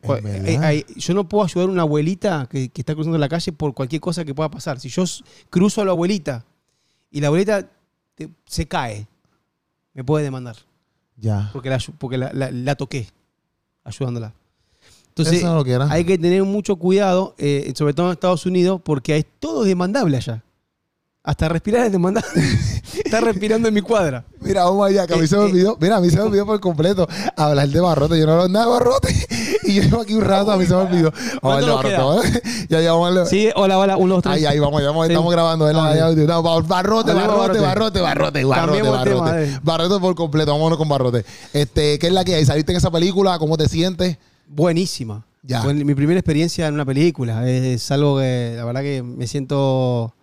S1: Es
S2: Cual-
S1: verdad.
S2: eh, ay, yo no puedo ayudar a una abuelita que, que está cruzando la calle por cualquier cosa que pueda pasar. Si yo s- cruzo a la abuelita y la abuelita te- se cae, me puede demandar
S1: ya.
S2: porque la, ayu- porque la, la- la toqué ayudándola. Entonces
S1: eso no lo que era.
S2: hay que tener mucho cuidado, eh, sobre todo en Estados Unidos, porque es todo demandable allá. Hasta respirar es demandable. está respirando en mi cuadra.
S1: Mira, vamos allá, que a mí
S2: Eh,
S1: se me
S2: eh.
S1: olvidó. Mira, a mí se me olvidó por completo hablar de barrote. Yo no hablo nada de barrote. Y yo llevo aquí un rato, a mí se me olvidó. Vamos
S2: ¿Cuánto
S1: a
S2: nos
S1: hablar de barrote. Ya, ya, vamos a hablar.
S2: Sí, hola, hola, uno, dos, tres.
S1: Ahí, ahí, vamos, ya, vamos,
S2: Sí.
S1: estamos grabando. ¿verdad?
S2: Ah,
S1: Ahí, audio. No, vamos, barrote,
S2: Hablemos
S1: barrote,
S2: de
S1: barrote, barrote,
S2: barrote.
S1: barrote,
S2: Cambiemos el tema,
S1: barrote.
S2: eh.
S1: Barrote por completo, vámonos con barrote. Este, ¿Qué es la que hay? ¿Saliste en esa película? ¿Cómo te sientes?
S2: Buenísima.
S1: Ya.
S2: Fue mi primera experiencia en una película. Es algo que la verdad que me siento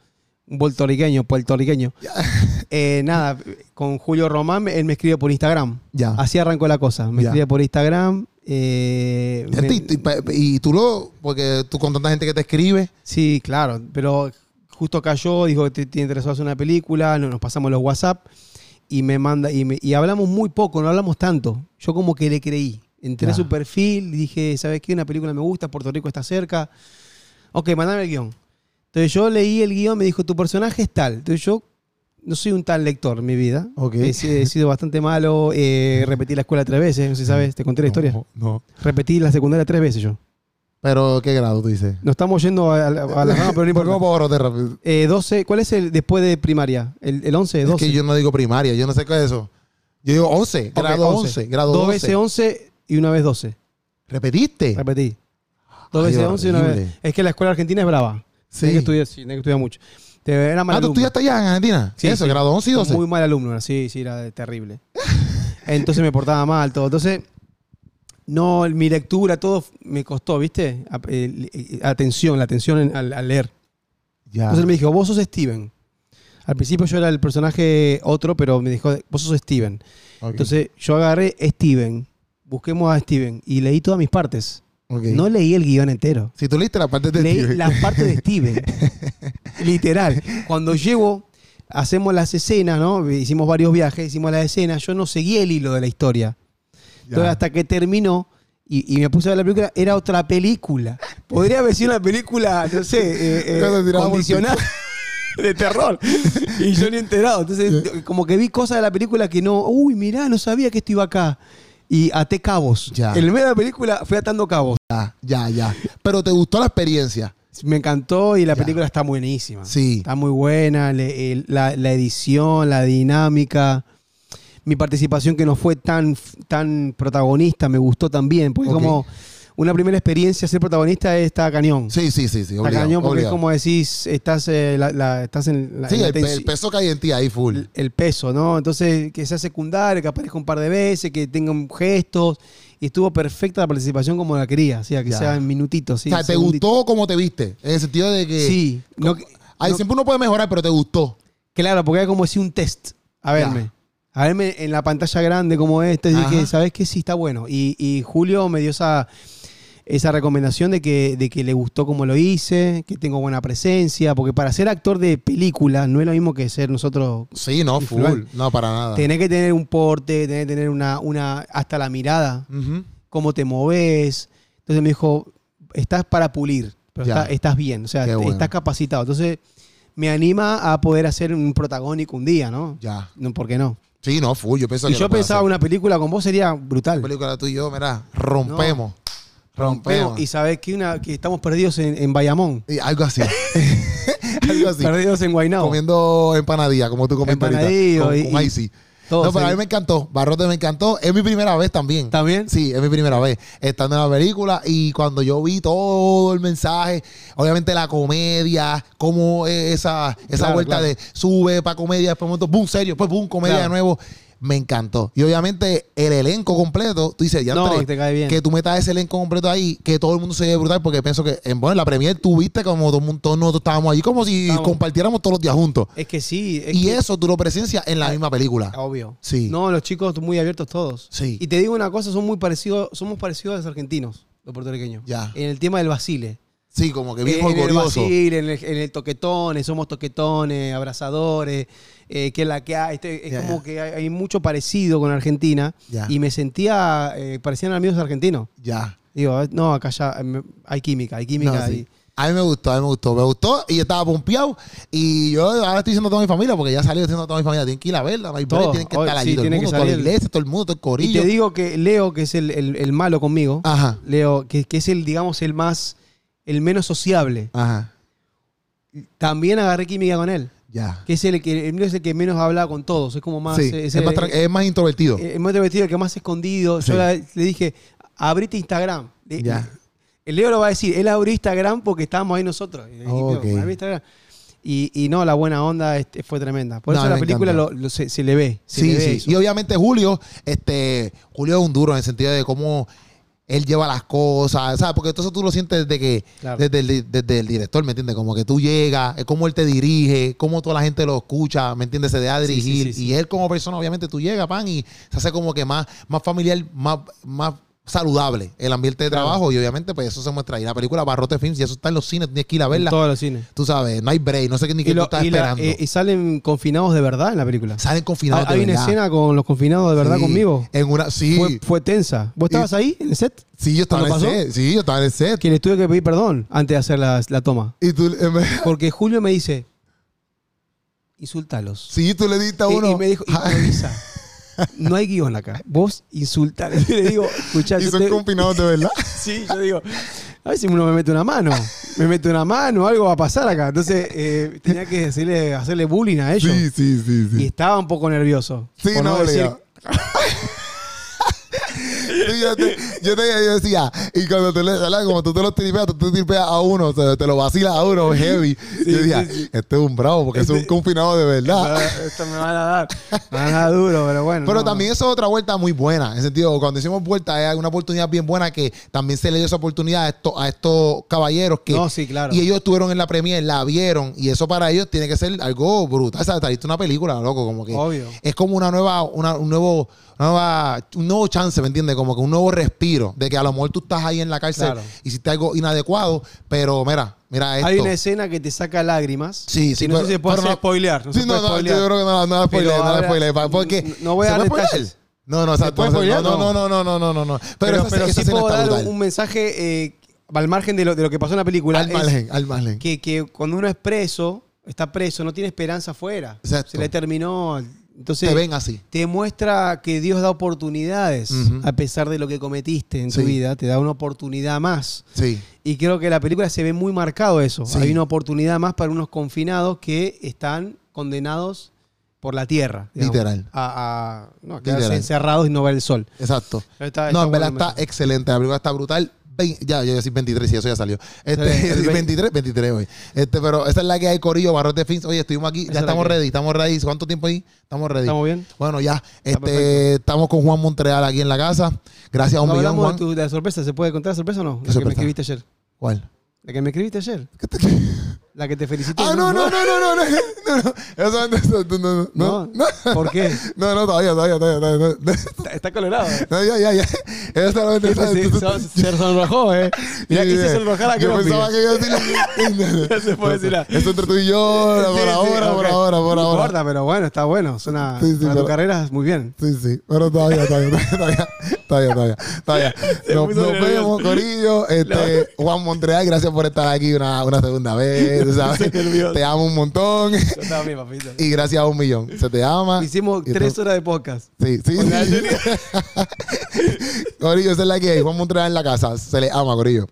S2: un puertorriqueño, puertorriqueño. Eh, nada, con Julio Román, él me escribe por Instagram.
S1: Ya.
S2: Así arrancó la cosa. Me
S1: Ya.
S2: escribe por Instagram. eh, me-
S1: Gente, Este, y- y, y tú lo, porque tú con tanta gente que te escribe.
S2: sí, claro. Pero justo cayó, dijo que te, te interesó hacer una película, no- nos pasamos los WhatsApp y me manda, y, me- y hablamos muy poco, no hablamos tanto. Yo como que le creí. Entré
S1: Ya.
S2: a su perfil, dije, ¿sabes qué? Una película me gusta, Puerto Rico está cerca. Ok, mandame el guión. Entonces yo leí el guión, me dijo, tu personaje es tal. Entonces yo no soy un tal lector en mi vida.
S1: Ok.
S2: He, si- he sido bastante malo, eh, repetí la escuela tres veces, no sé si sabes, te conté la historia.
S1: No, no.
S2: Repetí la secundaria tres veces yo.
S1: Pero, ¿qué grado tú dices?
S2: Nos estamos yendo a, a la a la rama, pero no
S1: ¿Por qué
S2: importa.
S1: vamos para barrote rápido?
S2: Eh, 12, ¿cuál es el después de primaria? ¿El, el 11? 12.
S1: Es que yo no digo primaria, yo no sé qué es eso. Yo digo 11,
S2: Ok,
S1: grado 11, grado
S2: Dos
S1: 12.
S2: veces 11 y una vez 12.
S1: ¿Repetiste?
S2: Repetí. Dos
S1: Ay,
S2: veces 11 y una vez.
S1: horrible.
S2: Es que la escuela argentina es brava.
S1: Sí.
S2: Tenés que estudiar, sí, tenés que estudiar mucho. Te era mal
S1: ah, tú
S2: alumno.
S1: estudiaste allá en Argentina.
S2: Sí,
S1: eso,
S2: sí.
S1: grado 11 y 12.
S2: Muy mal alumno, era, sí, sí, era terrible. Entonces me portaba mal, todo. Entonces, no, mi lectura, todo me costó, ¿viste? eh, A- el- el- Atención, la atención en- al, al leer.
S1: Ya.
S2: Entonces él me dijo, vos sos Steven. Al principio yo era el personaje otro, pero me dijo, vos sos Steven.
S1: Ok,
S2: Entonces yo agarré Steven, busquemos a Steven y leí todas mis partes.
S1: ok.
S2: No leí el guión entero.
S1: si tú leíste la parte de
S2: Leí
S1: Steven.
S2: las partes de Steven. Literal. Cuando llego, hacemos las escenas, ¿no? Hicimos varios viajes, hicimos las escenas. Yo no seguí el hilo de la historia.
S1: Ya.
S2: Entonces, hasta que terminó y, y me puse a ver la película, era otra película. Podría haber sido una película, no sé, eh, eh,
S1: Cuando tiraba
S2: condicional de terror. Y yo ni enterado. Entonces, como que vi cosas de la película que no. Uy, mirá, no sabía que esto iba acá. Y até cabos.
S1: Ya.
S2: En el medio de la película fui atando cabos.
S1: Ya, ya, ya. Pero te gustó la experiencia.
S2: Me encantó y la
S1: Ya.
S2: película está buenísima.
S1: Sí.
S2: Ah, Está muy buena, le- el- la, la edición, la dinámica. Mi participación que no fue tan, tan protagonista me gustó también, porque
S1: Ok.
S2: como una primera experiencia ser protagonista está cañón.
S1: Sí, sí, sí, sí.
S2: está
S1: obligado,
S2: cañón porque
S1: obligado.
S2: es como decís, estás, eh, la- la- estás en la,
S1: Sí,
S2: en la
S1: el, pe-
S2: tensi-
S1: el peso que hay en ti ahí full.
S2: el- el peso, ¿no? Entonces, que sea secundario, que aparezca un par de veces, que tenga un- gestos. Y estuvo perfecta la participación como la quería, o sea, que
S1: Ya.
S2: sea en minutitos. sí,
S1: o sea, ¿te
S2: segunditos.
S1: gustó como te viste? En el sentido de que...
S2: Sí. no-
S1: Ahí
S2: no-
S1: siempre uno puede mejorar, pero te gustó.
S2: Claro, porque era como si un test. A verme.
S1: Ya.
S2: A verme en la pantalla grande como esta. Y
S1: Ajá.
S2: dije, ¿sabes qué? Sí, está bueno. Y, y Julio me dio esa, esa recomendación de que, de que le gustó como lo hice, que tengo buena presencia. Porque para ser actor de película no es lo mismo que ser nosotros.
S1: Sí, no, full.
S2: Influente.
S1: No, para nada.
S2: Tenés que tener un porte, tenés que tener una, una hasta la mirada,
S1: Ujú.
S2: cómo te moves. Entonces me dijo, estás para pulir, pero
S1: Ya.
S2: está- estás bien, o sea,
S1: Qué
S2: te-
S1: bueno.
S2: estás capacitado. Entonces me anima a poder hacer un protagónico un día, ¿no?
S1: Ya.
S2: No, ¿Por qué no?
S1: Sí, no, full. Yo pensaba
S2: Si
S1: que
S2: yo
S1: lo puedo
S2: pensaba
S1: hacer.
S2: una película con vos sería brutal.
S1: Una película tú y yo, mira, rompemos. Rompemos.
S2: Rompemos. Y sabés que, una, que estamos perdidos en, en Bayamón.
S1: Y algo así. algo así.
S2: Perdidos en Guaynabo.
S1: Comiendo empanadilla, como tú comiste ahorita.
S2: Empanadillo
S1: Con,
S2: y-
S1: con
S2: y
S1: icy.
S2: todo
S1: no, pero a mí
S2: se-
S1: me encantó. Barrote me encantó. Es mi primera vez también.
S2: ¿También?
S1: Sí, es mi primera vez estando en la película y cuando yo vi todo el mensaje, obviamente la comedia, cómo es esa, esa
S2: Claro,
S1: vuelta
S2: claro.
S1: de sube para comedia, después momento, boom, serio, pues boom, comedia
S2: Claro.
S1: de nuevo. Me encantó. Y obviamente el elenco completo, tú dices, ya
S2: No, te cae bien.
S1: que tú metas ese elenco completo ahí, que todo el mundo se lleve brutal, porque pienso que en, bueno, en la premier tuviste como todo el mundo, todos nosotros estábamos allí, como si
S2: Estábamos.
S1: compartiéramos todos los días juntos.
S2: Es que sí. es
S1: Y
S2: que- Ah.
S1: eso tú lo presencias en la misma película.
S2: Obvio.
S1: Sí.
S2: No, los chicos muy abiertos todos.
S1: Sí.
S2: Y te digo una cosa, son muy parecidos, somos parecidos a los argentinos, los puertorriqueños.
S1: Ya.
S2: En el tema del basile.
S1: Sí, como que bien
S2: En el
S1: orgulloso.
S2: basile, en el, en el toquetones, somos toquetones, abrazadores, eh, que la que hay. este- es
S1: Ya,
S2: como
S1: ya.
S2: que hay, hay mucho parecido con Argentina.
S1: Ya.
S2: Y me sentía, eh, parecían amigos argentinos.
S1: Ya.
S2: Digo, eh, no, acá ya eh, me- hay química, hay química.
S1: No, sí.
S2: y-
S1: A mí me gustó, a mí me gustó, me gustó y yo estaba pompeado y yo ahora estoy diciendo a toda mi familia porque ya salió diciendo a toda mi familia, tienen que ir a verla, no hay break,
S2: Todos,
S1: tienen que
S2: hoy,
S1: estar allí,
S2: Oh, sí,
S1: todo el
S2: tienen que
S1: mundo, toda la
S2: salir.
S1: iglesia, todo el mundo, todo el
S2: Y
S1: corillo.
S2: te digo que Leo, que es el, el- el malo conmigo,
S1: Ajá,
S2: Leo, que, que es el, digamos, el más, el menos sociable,
S1: ajá,
S2: también agarré química con él.
S1: ya.
S2: Que es el que, el mío es el que menos habla con todos, es como más...
S1: Sí,
S2: eh,
S1: es, más tra-
S2: el,
S1: es más introvertido.
S2: Eh, el más introvertido, el que más escondido.
S1: Sí.
S2: Yo la- le dije, abrite Instagram. Le-
S1: Ya.
S2: El Leo lo va a decir, él abrió Instagram porque estábamos ahí nosotros. Y le dije,
S1: Ok.
S2: "Leo, abrí Instagram". Y, y no, la buena onda este, fue tremenda. Por
S1: No,
S2: eso
S1: me
S2: la película
S1: encanta.
S2: lo- lo- se, se le ve. se
S1: Sí,
S2: le ve
S1: sí.
S2: eso.
S1: Y obviamente Julio, este, Julio es un duro en el sentido de cómo él lleva las cosas, ¿sabes? Porque todo eso tú lo sientes desde que,
S2: Claro.
S1: desde, el, di- desde el director, ¿me entiendes? Como que tú llegas, es cómo él te dirige, cómo toda la gente lo escucha, ¿me entiendes? Se deja
S2: Sí, sí,
S1: dirigir.
S2: sí, sí.
S1: Y él como persona, obviamente, tú llegas, pan, y se hace como que más, más familiar, más, más saludable el ambiente de
S2: Claro.
S1: trabajo. Y obviamente, pues eso se muestra ahí. La película Barrote Films, y eso está en los cines, tú tienes que ir a
S2: En
S1: verla.
S2: todos los cines.
S1: Tú sabes, no hay break, no sé qué ni qué
S2: lo-
S1: tú estás
S2: la-
S1: esperando.
S2: eh, y salen confinados de verdad en la película.
S1: Salen confinados. de
S2: Hay hay una
S1: verdad.
S2: escena con los confinados de verdad
S1: Sí,
S2: conmigo.
S1: En una, sí.
S2: Fue, fue tensa. ¿Vos
S1: Y-
S2: estabas ahí en el set?
S1: Sí, yo estaba en el
S2: ¿Cuándo pasó?
S1: set. Sí, yo estaba en el set.
S2: Que les tuve que pedir perdón antes de hacer la, la toma.
S1: Y tú, eh, me-
S2: Porque Julio me dice, insultalos.
S1: sí, tú le diste a
S2: Y-
S1: uno.
S2: Y, me dijo, improvisa. No hay guión acá. Vos insultalos. Y le digo, escuchá,
S1: y
S2: yo
S1: son
S2: te-
S1: confinados de verdad.
S2: Sí, yo digo, a ver si uno me mete una mano. Me mete una mano, algo va a pasar acá. Entonces eh, tenía que decirle, hacerle bullying a ellos.
S1: sí, sí, sí,
S2: Y
S1: sí.
S2: estaba un poco nervioso.
S1: Sí,
S2: Por
S1: no,
S2: decir-
S1: obligado. Sí, yo, te, yo te- yo decía, y cuando tú le ¿verdad? como tú te lo tripeas, tú te tripeas a uno, o sea, te lo vacilas a uno heavy. yo decía, este es un bravo porque es un confinado de verdad.
S2: Ah, Esto me van a dar. Me van a dar duro, pero bueno.
S1: Pero
S2: no,
S1: también eso es otra vuelta muy buena. En el sentido, cuando hicimos vuelta, es una oportunidad bien buena que también se le dio esa oportunidad a, esto- a estos caballeros que.
S2: No, sí, claro.
S1: Y ellos estuvieron en la premier, la vieron. Y eso para ellos tiene que ser algo brutal. O sea, trajiste una película, loco. Como que.
S2: Obvio.
S1: Es como una nueva, una- un nuevo, una nueva, un nuevo chance, ¿me entiendes? Como que un nuevo respiro. De que a lo mejor tú estás ahí en la cárcel,
S2: Claro.
S1: hiciste algo inadecuado, pero mira, mira esto.
S2: Hay una escena que te saca lágrimas.
S1: Sí, sí,
S2: que no
S1: pero-
S2: sé si se puede
S1: pero
S2: hacer
S1: no-
S2: spoilear. No
S1: sí,
S2: se
S1: no,
S2: puede
S1: no,
S2: spoilear.
S1: yo creo que no, no la
S2: Pero
S1: spoileé, no la
S2: ahora-
S1: spoileé, pa- porque...
S2: no voy a
S1: ¿se
S2: dar
S1: puede spoilear?
S2: detalles.
S1: No, no, o sea,
S2: ¿Se puede
S1: no,
S2: spoilear?
S1: No, no, no,
S2: No.
S1: no, no, no, no, no. Pero,
S2: Pero,
S1: esa,
S2: pero
S1: esa
S2: sí
S1: escena
S2: puedo
S1: está
S2: dar
S1: brutal.
S2: un mensaje eh, al margen de lo, de lo que pasó en la película.
S1: al
S2: es
S1: margen, al margen.
S2: que, que cuando uno es preso, está preso, no tiene esperanza afuera.
S1: Exacto.
S2: Se le terminó. Entonces,
S1: Te ven así.
S2: te muestra que Dios da oportunidades
S1: Ujú.
S2: a pesar de lo que cometiste en
S1: Sí.
S2: tu vida. Te da una oportunidad más.
S1: Sí.
S2: Y creo que la película se ve muy marcado eso.
S1: Sí.
S2: Hay una oportunidad más para unos confinados que están condenados por la tierra.
S1: Literal.
S2: A, a- no, a quedarse
S1: Literal.
S2: encerrados y no ver el sol.
S1: Exacto.
S2: Está-
S1: no,
S2: está
S1: en verdad
S2: bueno,
S1: está excelente. La película está brutal. Vein- ya, yo iba a decir 23, sí, eso ya salió. Este,
S2: El vein-
S1: 23, 23 hoy. Este, pero esa es la que hay, Corillo, Barrote Fins. Oye, estuvimos aquí,
S2: Esa
S1: ya
S2: es la
S1: estamos
S2: que hay.
S1: ready, estamos ready. ¿Cuánto tiempo ahí? Estamos ready.
S2: ¿Estamos bien?
S1: Bueno, ya, este,
S2: perfecto.
S1: estamos con Juan Montreal aquí en la casa. Gracias a un
S2: No
S1: millón,
S2: hablamos
S1: Juan.
S2: de, tu- de la sorpresa. ¿Se puede contar la sorpresa o no? La que me
S1: sorpresa?
S2: escribiste ayer.
S1: ¿Cuál?
S2: La que me escribiste ayer. La que te felicité.
S1: Ah, no, no, no, no, no, no, no, no. Eso, eso, no, no, no,
S2: No, ¿Por qué?
S1: no, no, todavía, todavía, todavía, todavía, no,
S2: Está, está colorado. eh.
S1: no, ya, ya, ya, eso solamente,
S2: Se, se- se sonrojó, ¿eh? Mira, quise sonrojar a
S1: Yo
S2: Crombie.
S1: pensaba que iba a decir,
S2: Ya se puede decir nada.
S1: Esto entre tú y yo, por
S2: Sí, sí,
S1: ahora, por
S2: ok.
S1: ahora, por
S2: No
S1: ahora.
S2: importa, pero bueno, está bueno. Suena,
S1: Sí, sí,
S2: para
S1: pero-
S2: tu carrera, muy bien.
S1: Sí, sí, pero todavía, todavía, todavía, todavía, Está bien, está bien. Está bien.
S2: Se
S1: Nos,
S2: puso
S1: nos
S2: nervioso.
S1: vemos, Corillo. Este, Juan Montreal, gracias por estar aquí una, una segunda vez. tú ¿sabes?
S2: Estoy nervioso.
S1: Te amo un montón.
S2: Yo también, papito.
S1: Y gracias a un millón. Se te ama.
S2: Hicimos
S1: Y tú-
S2: tres horas de podcast.
S1: Sí, sí.
S2: Con la
S1: sí. Corillo, esa es la que hay. Juan Montreal en la casa. Se le ama, Corillo.